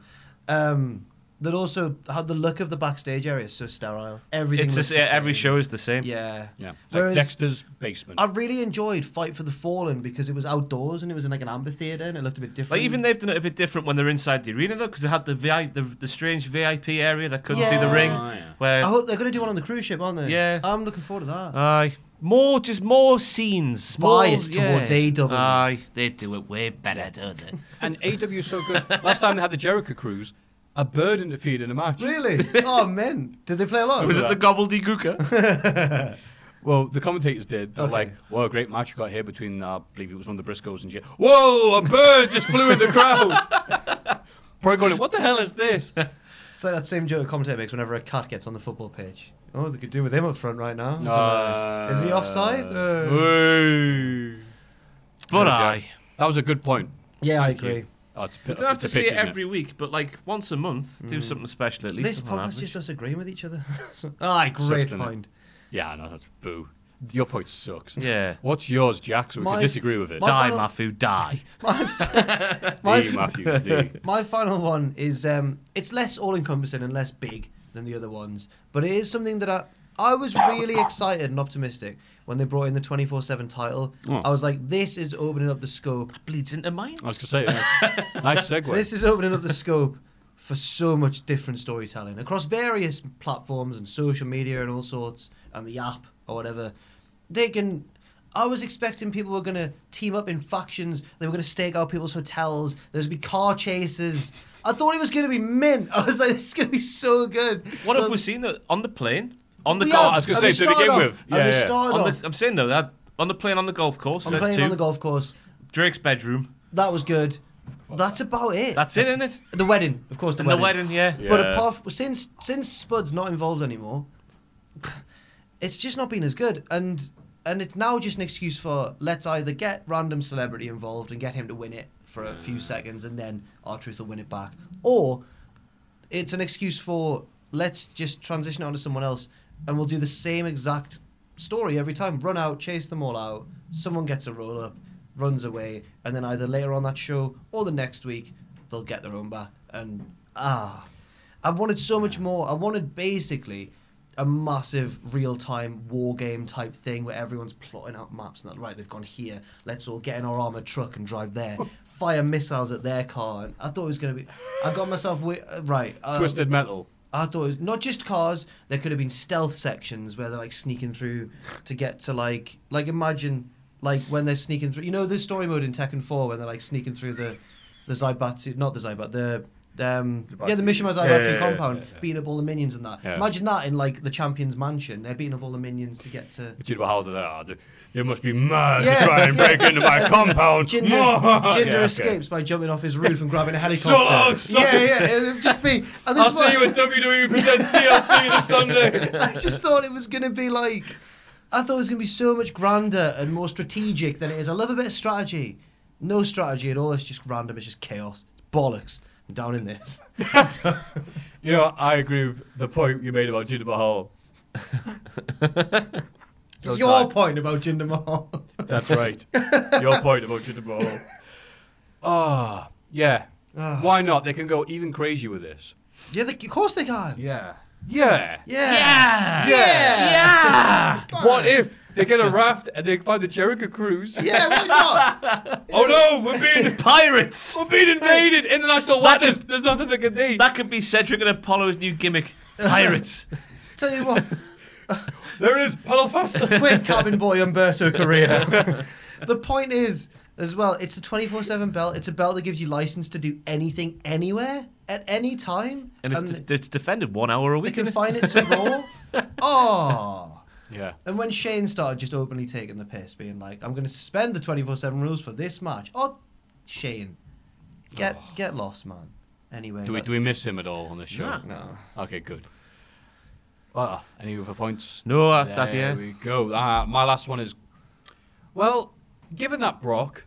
[SPEAKER 2] Um, that also had the look of the backstage area is so sterile. Everything.
[SPEAKER 3] It's
[SPEAKER 2] looks
[SPEAKER 3] just,
[SPEAKER 2] the
[SPEAKER 3] yeah, every
[SPEAKER 2] same.
[SPEAKER 3] show is the same.
[SPEAKER 2] Yeah.
[SPEAKER 1] Yeah. It's like
[SPEAKER 2] Whereas
[SPEAKER 1] Dexter's basement.
[SPEAKER 2] I really enjoyed Fight for the Fallen because it was outdoors and it was in like an amphitheater and it looked a bit different.
[SPEAKER 3] Like even they've done it a bit different when they're inside the arena though, because they had the, VI, the the strange VIP area that couldn't see the
[SPEAKER 2] Yeah.
[SPEAKER 3] ring.
[SPEAKER 1] Oh, yeah.
[SPEAKER 3] Where
[SPEAKER 2] I hope they're gonna do one on the cruise ship, aren't they?
[SPEAKER 3] Yeah. Uh,
[SPEAKER 2] I'm looking forward to that.
[SPEAKER 3] aye, more just more scenes. More,
[SPEAKER 2] Biased towards AEW.
[SPEAKER 3] Aye, they do it way better, don't they?
[SPEAKER 1] And AW is so good. Last time they had the Jericho Cruise, a bird interfered in a match.
[SPEAKER 3] [LAUGHS]
[SPEAKER 2] really? oh man, did they play along?
[SPEAKER 3] Was it the gobbledygooker?
[SPEAKER 1] Well, the commentators did. They were
[SPEAKER 2] Okay.
[SPEAKER 1] like, "What a great match you got here between, uh, I believe it was one of the Briscoes and Jer- Whoa, a bird just flew in the crowd." [LAUGHS] Probably going, "What the hell is this?"
[SPEAKER 2] It's like that same joke a commentator makes whenever a cat gets on the football pitch. Oh, they could do with him up front right now. uh,
[SPEAKER 3] Uh,
[SPEAKER 2] Something like that. Is he offside? Uh,
[SPEAKER 3] but aye,
[SPEAKER 1] That was a good point.
[SPEAKER 2] yeah, I agree.
[SPEAKER 1] Oh, it's a,
[SPEAKER 3] you
[SPEAKER 1] bit-
[SPEAKER 3] don't have
[SPEAKER 1] it's
[SPEAKER 3] to
[SPEAKER 1] a
[SPEAKER 3] see
[SPEAKER 1] pitch,
[SPEAKER 3] it
[SPEAKER 1] isn't
[SPEAKER 3] every week, but like once a month,
[SPEAKER 1] Hmm.
[SPEAKER 3] do something special at least.
[SPEAKER 2] This
[SPEAKER 3] on
[SPEAKER 2] podcast
[SPEAKER 3] average.
[SPEAKER 2] just us agreeing with each other. [LAUGHS] So- Aye, great
[SPEAKER 1] Sucks, doesn't it?
[SPEAKER 2] point.
[SPEAKER 1] Yeah, no, that's boo. Your point sucks.
[SPEAKER 3] Yeah.
[SPEAKER 1] What's yours, Jack? So we
[SPEAKER 2] My-
[SPEAKER 1] can disagree with it.
[SPEAKER 2] my-
[SPEAKER 3] die,
[SPEAKER 2] final- [LAUGHS]
[SPEAKER 3] Mafu, die.
[SPEAKER 2] My,
[SPEAKER 1] D, Matthew. D.
[SPEAKER 2] [LAUGHS] my final one is um, it's less all encompassing and less big than the other ones, but it is something that I I was really excited and optimistic when they brought in the twenty four seven title.
[SPEAKER 3] Oh.
[SPEAKER 2] I was like, this is opening up the scope
[SPEAKER 3] Bleeds into mine.
[SPEAKER 1] I was gonna say, yeah. nice segue.
[SPEAKER 2] This is opening up the scope [LAUGHS] for so much different storytelling across various platforms and social media and all sorts, and the app or whatever. They can. I was expecting people were going to team up in factions. They were going to stake out people's hotels. There was going to be car chases. I thought it was going to be mint. [LAUGHS] I was like, this is going to be so good.
[SPEAKER 3] What have
[SPEAKER 2] Um,
[SPEAKER 3] we seen that on the plane? On the
[SPEAKER 2] we
[SPEAKER 3] golf.
[SPEAKER 1] I was gonna
[SPEAKER 2] and they
[SPEAKER 1] say, to
[SPEAKER 2] started
[SPEAKER 1] begin
[SPEAKER 2] off-
[SPEAKER 1] with.
[SPEAKER 2] and
[SPEAKER 1] Yeah,
[SPEAKER 2] they
[SPEAKER 1] yeah.
[SPEAKER 2] started
[SPEAKER 3] on
[SPEAKER 2] off-
[SPEAKER 3] the, I'm saying though that on the plane on the golf course.
[SPEAKER 2] on
[SPEAKER 3] there's
[SPEAKER 2] playing
[SPEAKER 3] two.
[SPEAKER 2] on the golf course.
[SPEAKER 3] Drake's bedroom.
[SPEAKER 2] That was good. That's about it.
[SPEAKER 3] That's it, isn't it?
[SPEAKER 2] the wedding, of course. The
[SPEAKER 3] And
[SPEAKER 2] wedding.
[SPEAKER 3] the wedding, yeah.
[SPEAKER 2] But
[SPEAKER 1] Yeah.
[SPEAKER 2] apart from, since since Spud's not involved anymore, it's just not been as good. And and it's now just an excuse for let's either get random celebrity involved and get him to win it for a few seconds, and then our truth will win it back, or it's an excuse for let's just transition on to someone else and we'll do the same exact story every time run out chase them all out someone gets a roll up runs away and then either later on that show or the next week they'll get their own back and ah i wanted so much more i wanted basically a massive real-time war game type thing where everyone's plotting out maps and that right they've gone here let's all get in our armored truck and drive there fire missiles at their car and i thought it was going to be i got myself wi- uh, right uh,
[SPEAKER 1] Twisted metal.
[SPEAKER 2] I thought it was not just cars. There could have been stealth sections where they're like sneaking through to get to like like imagine like when they're sneaking through. You know the story mode in Tekken Four when they're like sneaking through the the Zaibatsu, not the Zaibatsu, the um, yeah, the Mishima Zaibatsu
[SPEAKER 3] yeah, yeah,
[SPEAKER 2] compound, beating up all the minions and that.
[SPEAKER 1] Yeah.
[SPEAKER 2] Imagine that in like the champion's mansion. They're beating up all the minions to get to.
[SPEAKER 1] Jidwa Hauser, ah, th- it must be mad
[SPEAKER 2] Yeah,
[SPEAKER 1] to try and break into
[SPEAKER 2] [LAUGHS]
[SPEAKER 1] my compound. [LAUGHS]
[SPEAKER 2] Jinder,
[SPEAKER 1] Yeah,
[SPEAKER 2] Jinder
[SPEAKER 1] okay.
[SPEAKER 2] escapes by jumping off his roof
[SPEAKER 1] [LAUGHS]
[SPEAKER 2] and grabbing a helicopter.
[SPEAKER 1] So long, so-
[SPEAKER 2] yeah, yeah, it'd just be. And this
[SPEAKER 1] I'll
[SPEAKER 2] is why-
[SPEAKER 1] see you at WWE Presents DLC this
[SPEAKER 2] [LAUGHS]
[SPEAKER 1] Sunday.
[SPEAKER 2] I just thought it was going to be like. I thought it was going to be so much grander and more strategic than it is. I love a bit of strategy. No strategy at all. It's just random. It's just chaos. It's bollocks. I'm down in
[SPEAKER 3] [LAUGHS]
[SPEAKER 2] this.
[SPEAKER 1] You know, I agree with the point you made about Jinder Mahal.
[SPEAKER 2] Your point about Jinder Mahal. [LAUGHS]
[SPEAKER 1] That's right. Your point about Jinder
[SPEAKER 2] Ah.
[SPEAKER 1] Mahal. Ah, yeah. Why not? They can go even crazier with this.
[SPEAKER 2] Yeah, they, of course they can.
[SPEAKER 7] Yeah.
[SPEAKER 1] Yeah.
[SPEAKER 2] Yeah.
[SPEAKER 1] Yeah. Yeah.
[SPEAKER 7] What if they get a raft and they find the Jericho cruise?
[SPEAKER 2] Yeah, why not?
[SPEAKER 1] Oh no, we're being
[SPEAKER 2] [LAUGHS]
[SPEAKER 3] Pirates!
[SPEAKER 1] we're being invaded. International
[SPEAKER 3] That
[SPEAKER 1] waters.
[SPEAKER 3] is-
[SPEAKER 1] There's nothing they can do.
[SPEAKER 3] That could be Cedric and Apollo's new gimmick.
[SPEAKER 2] [LAUGHS]
[SPEAKER 3] Pirates.
[SPEAKER 2] Tell you what,
[SPEAKER 1] There it is. Paddle faster.
[SPEAKER 2] [LAUGHS] quick cabin boy Umberto
[SPEAKER 3] [LAUGHS]
[SPEAKER 2] Correa. the point is, as well, it's a 24 7 belt. It's a belt that gives you license to do anything, anywhere, at any time.
[SPEAKER 3] and it's, de- it's defended one hour a
[SPEAKER 2] they
[SPEAKER 3] week.
[SPEAKER 2] can
[SPEAKER 3] Isn't it?
[SPEAKER 2] find it to Raw. [LAUGHS] Oh.
[SPEAKER 1] Yeah.
[SPEAKER 2] And when Shane started just openly taking the piss, being like, I'm going to suspend the 24 7 rules for this match. Oh, Shane, get get lost, man. Anyway.
[SPEAKER 1] Do we
[SPEAKER 2] that-
[SPEAKER 1] do we miss him at all on this show?
[SPEAKER 2] No.
[SPEAKER 1] Okay, good. Uh, any other points?
[SPEAKER 3] No, uh,
[SPEAKER 1] There
[SPEAKER 3] that, yeah.
[SPEAKER 1] we go. Uh, my last one is, well, given that Brock,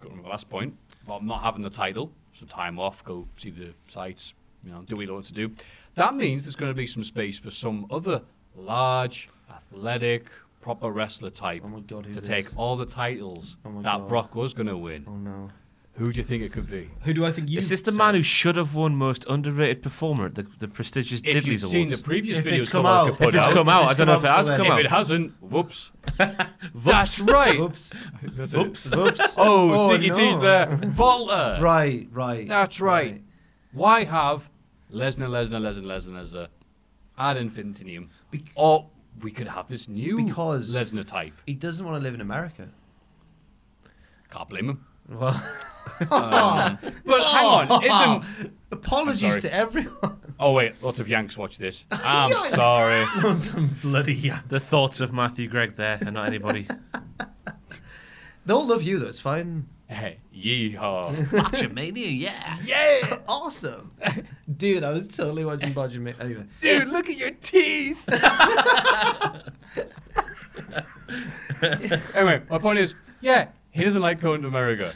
[SPEAKER 1] got my last point, about not having the title, so time off, go see the sites, you know, do what you want to do. That means there's going to be some space for some other large, athletic, proper wrestler type
[SPEAKER 2] Oh my God,
[SPEAKER 1] to
[SPEAKER 2] who's
[SPEAKER 1] take
[SPEAKER 2] this?
[SPEAKER 1] all the titles
[SPEAKER 2] Oh my
[SPEAKER 1] that
[SPEAKER 2] God.
[SPEAKER 1] Brock was going to win.
[SPEAKER 2] Oh, no.
[SPEAKER 1] Who do you think it could be?
[SPEAKER 7] Who do I think you?
[SPEAKER 3] Is this the
[SPEAKER 7] said?
[SPEAKER 2] eh?
[SPEAKER 3] man who should have won most underrated performer at the, the prestigious
[SPEAKER 1] If
[SPEAKER 3] Diddley's
[SPEAKER 1] you've
[SPEAKER 3] Awards?
[SPEAKER 1] seen the previous
[SPEAKER 2] If
[SPEAKER 1] videos
[SPEAKER 2] it's come
[SPEAKER 1] Kamal
[SPEAKER 2] out.
[SPEAKER 1] put
[SPEAKER 3] if it's
[SPEAKER 2] out.
[SPEAKER 3] come out,
[SPEAKER 2] If
[SPEAKER 3] I
[SPEAKER 2] it's
[SPEAKER 3] don't know if
[SPEAKER 2] come
[SPEAKER 3] it
[SPEAKER 2] out
[SPEAKER 3] has
[SPEAKER 2] before
[SPEAKER 3] come
[SPEAKER 2] then.
[SPEAKER 1] If
[SPEAKER 3] out.
[SPEAKER 1] it hasn't, whoops.
[SPEAKER 3] [LAUGHS]
[SPEAKER 1] That's right.
[SPEAKER 2] Oops.
[SPEAKER 1] That's
[SPEAKER 3] Whoops.
[SPEAKER 1] it.
[SPEAKER 2] Oops.
[SPEAKER 1] Oh, sneaky
[SPEAKER 2] no.
[SPEAKER 1] T's there. Volta.
[SPEAKER 2] Right, right.
[SPEAKER 1] That's right. Why have Lesnar, Lesnar, Lesnar, Lesnar, Lesnar ad infinitum? or we could have this new
[SPEAKER 2] Because-
[SPEAKER 1] Lesnar type.
[SPEAKER 2] He doesn't want to live in America.
[SPEAKER 1] Can't blame him. [LAUGHS] Um,
[SPEAKER 2] Well,
[SPEAKER 1] But hang
[SPEAKER 2] [LAUGHS]
[SPEAKER 1] on, isn't?
[SPEAKER 2] apologies
[SPEAKER 1] sorry.
[SPEAKER 2] to everyone. [LAUGHS]
[SPEAKER 1] Oh wait, lots of Yanks watch this. I'm sorry.
[SPEAKER 2] Some bloody yeah.
[SPEAKER 3] The thoughts of Matthew Gregg there, and
[SPEAKER 2] [LAUGHS]
[SPEAKER 3] not anybody.
[SPEAKER 2] They'll love you though. It's fine.
[SPEAKER 1] Hey, yeehaw.
[SPEAKER 3] Matchamania, [LAUGHS] yeah.
[SPEAKER 1] yeah,
[SPEAKER 2] [LAUGHS] Awesome, dude. I was totally watching Bodger. Ma- Anyway,
[SPEAKER 1] dude, look at your teeth. anyway, my point is, yeah, he doesn't like going to America.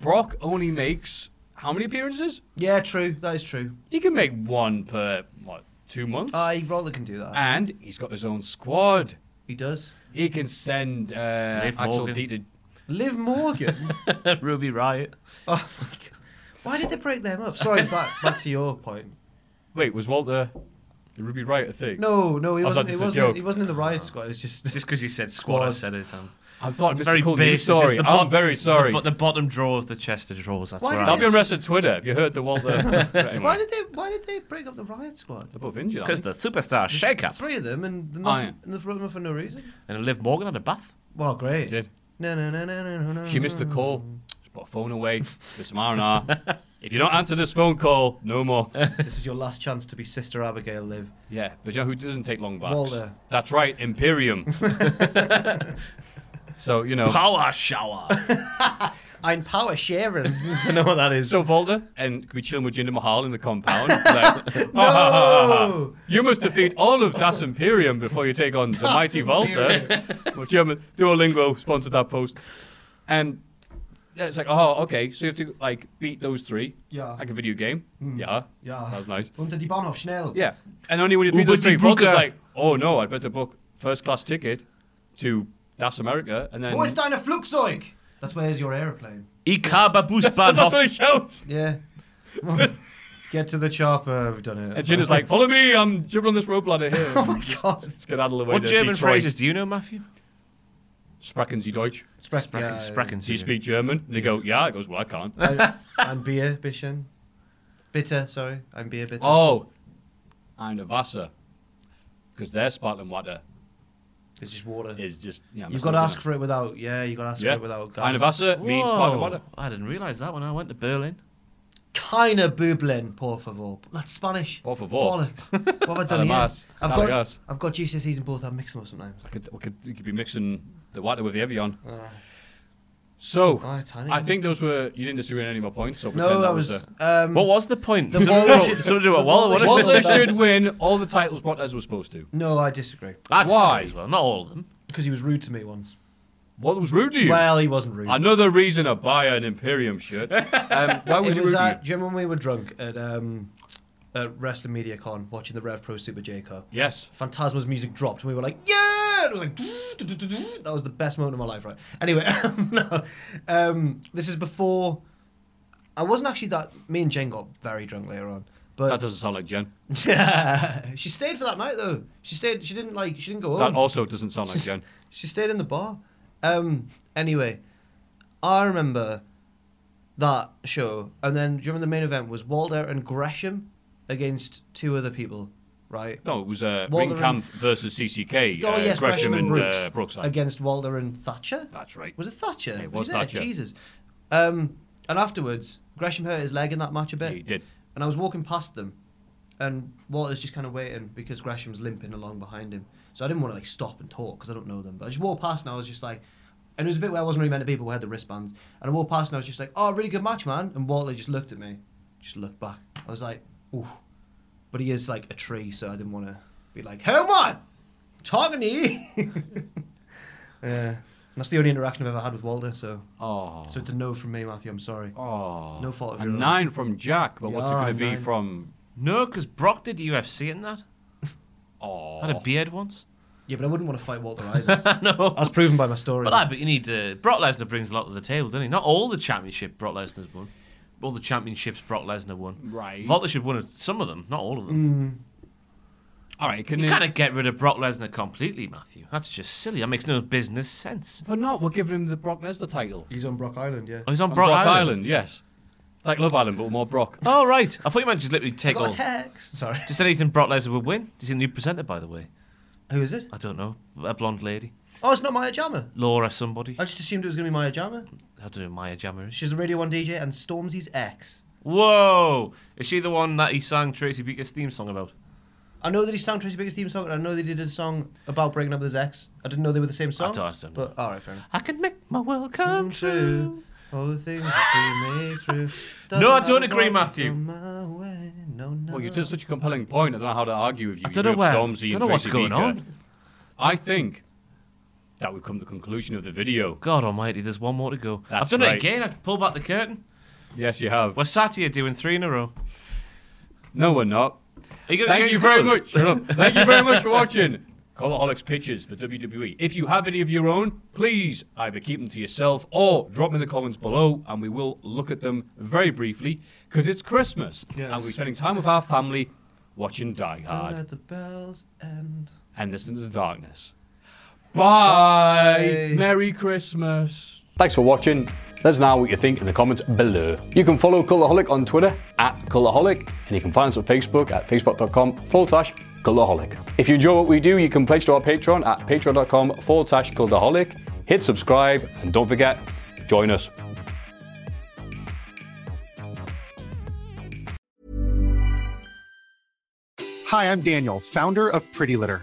[SPEAKER 1] Brock only makes how many appearances?
[SPEAKER 2] yeah, true. That is true.
[SPEAKER 1] He can make one per what two months,
[SPEAKER 2] I rather can do that.
[SPEAKER 1] and he's got his own squad.
[SPEAKER 2] he does.
[SPEAKER 1] He can send uh,
[SPEAKER 3] Liv
[SPEAKER 1] Axel
[SPEAKER 3] Morgan.
[SPEAKER 1] D to.
[SPEAKER 2] Liv Morgan.
[SPEAKER 1] [LAUGHS]
[SPEAKER 3] Ruby Riot.
[SPEAKER 2] oh my god. Why did they break them up? Sorry, back back to your point.
[SPEAKER 1] Wait, was Walter the Ruby Riot thing?
[SPEAKER 2] No, no, he
[SPEAKER 1] I was
[SPEAKER 2] wasn't.
[SPEAKER 1] like,
[SPEAKER 2] He
[SPEAKER 1] this is a
[SPEAKER 2] wasn't.
[SPEAKER 1] joke.
[SPEAKER 2] He wasn't in the riot squad. It was just.
[SPEAKER 3] Just because you said squad, I said it. Um,
[SPEAKER 1] I thought Mr.
[SPEAKER 3] very
[SPEAKER 1] Cool
[SPEAKER 3] base.
[SPEAKER 1] News
[SPEAKER 3] it's just
[SPEAKER 1] Story.
[SPEAKER 3] the
[SPEAKER 1] I'm
[SPEAKER 3] bot-
[SPEAKER 1] very sorry.
[SPEAKER 3] The, bo- the bottom drawer of the chest of drawers. That's
[SPEAKER 2] Why
[SPEAKER 3] why.
[SPEAKER 2] did
[SPEAKER 1] That'll be on wrestling Twitter. Have you heard the Walter?
[SPEAKER 3] [LAUGHS]
[SPEAKER 1] anyway,
[SPEAKER 2] [LAUGHS] Why did they? Why did they break up the riot squad?
[SPEAKER 1] they're both injured?
[SPEAKER 3] Because
[SPEAKER 1] Because
[SPEAKER 3] the superstar shake up.
[SPEAKER 2] Three of them, and the
[SPEAKER 1] Aye.
[SPEAKER 2] nothing, and they threw them for no reason.
[SPEAKER 3] And Liv Morgan had a bath.
[SPEAKER 2] Well, great.
[SPEAKER 1] did.
[SPEAKER 2] No, no, no, no, no, no, no.
[SPEAKER 1] She missed the call. She put her phone away. Did some R and R. If you don't answer this phone call, no
[SPEAKER 2] [LAUGHS]
[SPEAKER 1] more.
[SPEAKER 2] This is your last chance to be Sister Abigail Liv.
[SPEAKER 1] Yeah, but you know who doesn't take long backs?
[SPEAKER 2] Walter.
[SPEAKER 1] That's right,
[SPEAKER 2] [LAUGHS]
[SPEAKER 1] Imperium. so you know.
[SPEAKER 3] Power [LAUGHS] shower.
[SPEAKER 2] Ein Power Sharon.
[SPEAKER 1] [LAUGHS]
[SPEAKER 2] [LAUGHS] I don't know what that is.
[SPEAKER 1] So Volta and could be chilling with Jinder Mahal in the
[SPEAKER 2] [LAUGHS]
[SPEAKER 1] compound. Like, "Ah, ha, ha, ha,
[SPEAKER 2] Oh.
[SPEAKER 1] ha. [LAUGHS] You must defeat all of Das Imperium before you take on the mighty Volta. Well, German Duolingo sponsored that post, and it's like, oh, okay. So you have to like beat those three,
[SPEAKER 2] Yeah. Hmm.
[SPEAKER 1] like a video game. Yeah,
[SPEAKER 2] Yeah.
[SPEAKER 1] that was nice.
[SPEAKER 2] Unter die Bahnhof schnell.
[SPEAKER 1] Yeah, and only when you beat
[SPEAKER 3] Uber
[SPEAKER 1] those three,
[SPEAKER 3] die
[SPEAKER 1] Volta's
[SPEAKER 3] Brücke.
[SPEAKER 1] like, oh no, I'd better book first class ticket to Das America, and then
[SPEAKER 2] Wo ist deine Flugzeug? That's where's your airplane.
[SPEAKER 3] Ich habe
[SPEAKER 1] that's what he
[SPEAKER 3] Busbahnhof.
[SPEAKER 1] shouts. [LAUGHS]
[SPEAKER 2] Yeah. Get to the chopper. We've done it.
[SPEAKER 1] And Jinder's like, follow me, I'm dribbling on this rope ladder here.
[SPEAKER 2] [LAUGHS] oh my [LAUGHS] god.
[SPEAKER 1] Let's get out of the way.
[SPEAKER 3] What
[SPEAKER 1] to
[SPEAKER 3] German
[SPEAKER 1] Detroit.
[SPEAKER 3] phrases do you know, Matthew?
[SPEAKER 1] Sprechen Sie Deutsch?
[SPEAKER 2] Sprech,
[SPEAKER 3] Sprachen. Sprachen
[SPEAKER 1] Do you
[SPEAKER 3] Sie.
[SPEAKER 1] speak German? And they go, yeah. It goes, well, I
[SPEAKER 3] [LAUGHS]
[SPEAKER 1] can't.
[SPEAKER 2] I'm beer, Bishan. Bitter, sorry. I'm beer, bitter.
[SPEAKER 1] oh, eine Wasser. Because their sparkling water
[SPEAKER 2] It's just water.
[SPEAKER 1] is just, you know,
[SPEAKER 2] You've got to ask for it without. Yeah, you've got to ask
[SPEAKER 1] yeah.
[SPEAKER 2] for it without.
[SPEAKER 1] Eine Wasser means sparkling water.
[SPEAKER 3] Whoa, I didn't realise that when I went to Berlin.
[SPEAKER 2] Keine Bublin, por favor. That's Spanish.
[SPEAKER 1] Por favor. [LAUGHS]
[SPEAKER 2] Bollocks. What have I done here?
[SPEAKER 1] Además,
[SPEAKER 2] I've got,
[SPEAKER 1] Además.
[SPEAKER 2] I've got GCSEs in both. I mix them up sometimes.
[SPEAKER 1] I could, we could, you could be mixing the water with the Evian. so,
[SPEAKER 2] Uh, Oh, it's honey.
[SPEAKER 1] I think those were, you didn't disagree on any more points. So
[SPEAKER 2] No,
[SPEAKER 1] pretend
[SPEAKER 2] that
[SPEAKER 1] that
[SPEAKER 2] was.
[SPEAKER 1] a-
[SPEAKER 2] Um,
[SPEAKER 3] What was the point?
[SPEAKER 2] The
[SPEAKER 3] Something
[SPEAKER 2] wall
[SPEAKER 3] about-
[SPEAKER 2] should-
[SPEAKER 3] something to do
[SPEAKER 2] the
[SPEAKER 3] with Waller,
[SPEAKER 2] wall
[SPEAKER 3] wasn't it?
[SPEAKER 2] should-
[SPEAKER 1] Butler
[SPEAKER 2] Well,
[SPEAKER 1] should
[SPEAKER 2] that's-
[SPEAKER 1] win all the titles Butler was supposed to.
[SPEAKER 2] no, I disagree.
[SPEAKER 3] That's
[SPEAKER 1] Why?
[SPEAKER 3] as well. Not all of them.
[SPEAKER 2] Because he was rude to me once.
[SPEAKER 1] What was rude to you?
[SPEAKER 2] Well, he wasn't rude.
[SPEAKER 1] Another reason to buy an Imperium
[SPEAKER 2] [LAUGHS]
[SPEAKER 1] shirt. Um, why was
[SPEAKER 2] it
[SPEAKER 1] he
[SPEAKER 2] was
[SPEAKER 1] rude
[SPEAKER 2] at,
[SPEAKER 1] to
[SPEAKER 2] do you remember when we were drunk at um, at Wrestling Media Con watching the Rev Pro Super J Cup?
[SPEAKER 1] you? Yes.
[SPEAKER 2] Phantasma's music dropped, and we were like, "Yeah!" And it was like, that was the best moment of my life, right? Anyway, [LAUGHS] no, um, this is before. I wasn't actually that. Me and Jen got very drunk later on,
[SPEAKER 1] That
[SPEAKER 2] But
[SPEAKER 1] doesn't sound like Jen.
[SPEAKER 2] [LAUGHS] she stayed for that night though. She stayed. She didn't like. She didn't go
[SPEAKER 1] That
[SPEAKER 2] home.
[SPEAKER 1] also doesn't sound like Jen.
[SPEAKER 2] She stayed in the bar. Um. Anyway, I remember that show, and then do you remember the main event was Walter and Gresham against two other people, right?
[SPEAKER 1] No, it was uh,
[SPEAKER 2] Walter
[SPEAKER 1] Rinkamp versus CCK.
[SPEAKER 2] oh
[SPEAKER 1] uh,
[SPEAKER 2] yes, Gresham, and Brooks
[SPEAKER 1] uh, Brookside.
[SPEAKER 2] against Walter and Thatcher.
[SPEAKER 1] That's right.
[SPEAKER 2] Was it Thatcher?
[SPEAKER 1] It was
[SPEAKER 2] he there?
[SPEAKER 1] Thatcher.
[SPEAKER 2] Jesus. Um, and afterwards, Gresham hurt his leg in that match a bit.
[SPEAKER 1] He did.
[SPEAKER 2] And I was walking past them, and Walter's just kind of waiting because Gresham's limping along behind him. So I didn't want to like stop and talk because I don't know them. But I just walked past and I was just like, and it was a bit where I wasn't really meant to be, but we had the wristbands. And I walked past and I was just like, oh, really good match, man. And Walter just looked at me, just looked back. I was like, ooh. But he is like a tree, so I didn't want to be like, hey, man, talking to you. [LAUGHS] yeah. That's the only interaction I've ever had with Walter, so
[SPEAKER 1] Oh,
[SPEAKER 2] so it's a no from me, Matthew. I'm sorry.
[SPEAKER 1] oh.
[SPEAKER 2] No fault of
[SPEAKER 1] a
[SPEAKER 2] your own.
[SPEAKER 1] nine from Jack, but what's it
[SPEAKER 2] Yeah,
[SPEAKER 1] going to be
[SPEAKER 2] nine.
[SPEAKER 1] from?
[SPEAKER 3] No, because Brock did UFC in that.
[SPEAKER 1] Oh,
[SPEAKER 3] Had a beard once.
[SPEAKER 2] Yeah, but I wouldn't want to fight
[SPEAKER 3] [LAUGHS]
[SPEAKER 2] Walter either. no. That's proven by my story.
[SPEAKER 3] But I, but you need uh, Brock Lesnar brings a lot to the table, doesn't he? Not all the championship Brock Lesnar's won. All the championships Brock Lesnar won.
[SPEAKER 1] Right.
[SPEAKER 3] Volta should have won some of them, not all of
[SPEAKER 2] Mm.
[SPEAKER 3] them.
[SPEAKER 1] all right. Can
[SPEAKER 3] You
[SPEAKER 1] it-
[SPEAKER 3] can't get rid of Brock Lesnar completely, Matthew. That's just silly. That makes no business sense.
[SPEAKER 1] But not. We're giving him the Brock Lesnar title.
[SPEAKER 2] He's on Brock Island, yeah.
[SPEAKER 3] Oh, he's on,
[SPEAKER 1] On
[SPEAKER 3] Brock, Island.
[SPEAKER 1] Yes, like Love Island, but with more Brock.
[SPEAKER 3] Oh right. I thought you meant just literally take all.
[SPEAKER 2] got a text. Sorry.
[SPEAKER 3] oh. Just anything Brock Lesnar would win. He's a new presenter, by the way.
[SPEAKER 2] Who is it?
[SPEAKER 3] I don't know. A blonde lady.
[SPEAKER 2] Oh, it's not Maya Jama.
[SPEAKER 3] Laura somebody.
[SPEAKER 2] I just assumed it was going to be Maya Jama.
[SPEAKER 3] I don't know who Maya Jammer is.
[SPEAKER 2] She's the Radio 1 DJ and Stormzy's ex.
[SPEAKER 3] Whoa! Is she the one that he sang Tracy Beaker's theme song about?
[SPEAKER 2] I know that he sang Tracy Baker's theme song, and I know they did a song about breaking up with his ex. I didn't know they were the same song.
[SPEAKER 3] don't- I don't know.
[SPEAKER 2] But, alright, fair enough.
[SPEAKER 3] I can make my world come true.
[SPEAKER 2] True. All the things that see me through.
[SPEAKER 3] No, I don't
[SPEAKER 2] Doesn't
[SPEAKER 3] agree,
[SPEAKER 2] matter
[SPEAKER 3] Matthew. Oh,
[SPEAKER 2] my way, no, no.
[SPEAKER 1] Well, you did such a compelling point. I don't know how to argue with you.
[SPEAKER 3] I
[SPEAKER 1] You
[SPEAKER 3] don't know
[SPEAKER 1] bring
[SPEAKER 3] where-
[SPEAKER 1] up Stormzy and
[SPEAKER 3] don't know what's
[SPEAKER 1] Tracy
[SPEAKER 3] going
[SPEAKER 1] Beaker.
[SPEAKER 3] on.
[SPEAKER 1] I think that we've come to the conclusion of the video.
[SPEAKER 3] God almighty, there's one more to go.
[SPEAKER 1] That's
[SPEAKER 3] I've done
[SPEAKER 1] right.
[SPEAKER 3] it again. I've pulled back the curtain.
[SPEAKER 1] Yes, you have.
[SPEAKER 3] We're sat here doing three in a row.
[SPEAKER 1] No, we're not.
[SPEAKER 3] Are you gonna
[SPEAKER 1] Thank
[SPEAKER 3] change
[SPEAKER 1] you very
[SPEAKER 3] colours?
[SPEAKER 1] much. Shut up. [LAUGHS] Thank you very much for watching. Colorholics Pictures for WWE. If you have any of your own, please either keep them to yourself or drop them in the comments below and we will look at them very briefly because it's Christmas
[SPEAKER 2] Yes.
[SPEAKER 1] and we're spending time with our family watching Die
[SPEAKER 2] Don't
[SPEAKER 1] Hard
[SPEAKER 2] let the bells end.
[SPEAKER 1] and listening to the darkness. Bye.
[SPEAKER 2] Bye.
[SPEAKER 1] Merry Christmas. Thanks for watching. Let us know what you think in the comments below. You can follow Colourholic on Twitter at Colourholic, and you can find us on Facebook at facebook.com forward slash Colourholic. If you enjoy what we do, you can pledge to our Patreon at patreon.com forward slash Colourholic. Hit subscribe, and don't forget, join us
[SPEAKER 5] Hi, I'm Daniel, founder of Pretty Litter.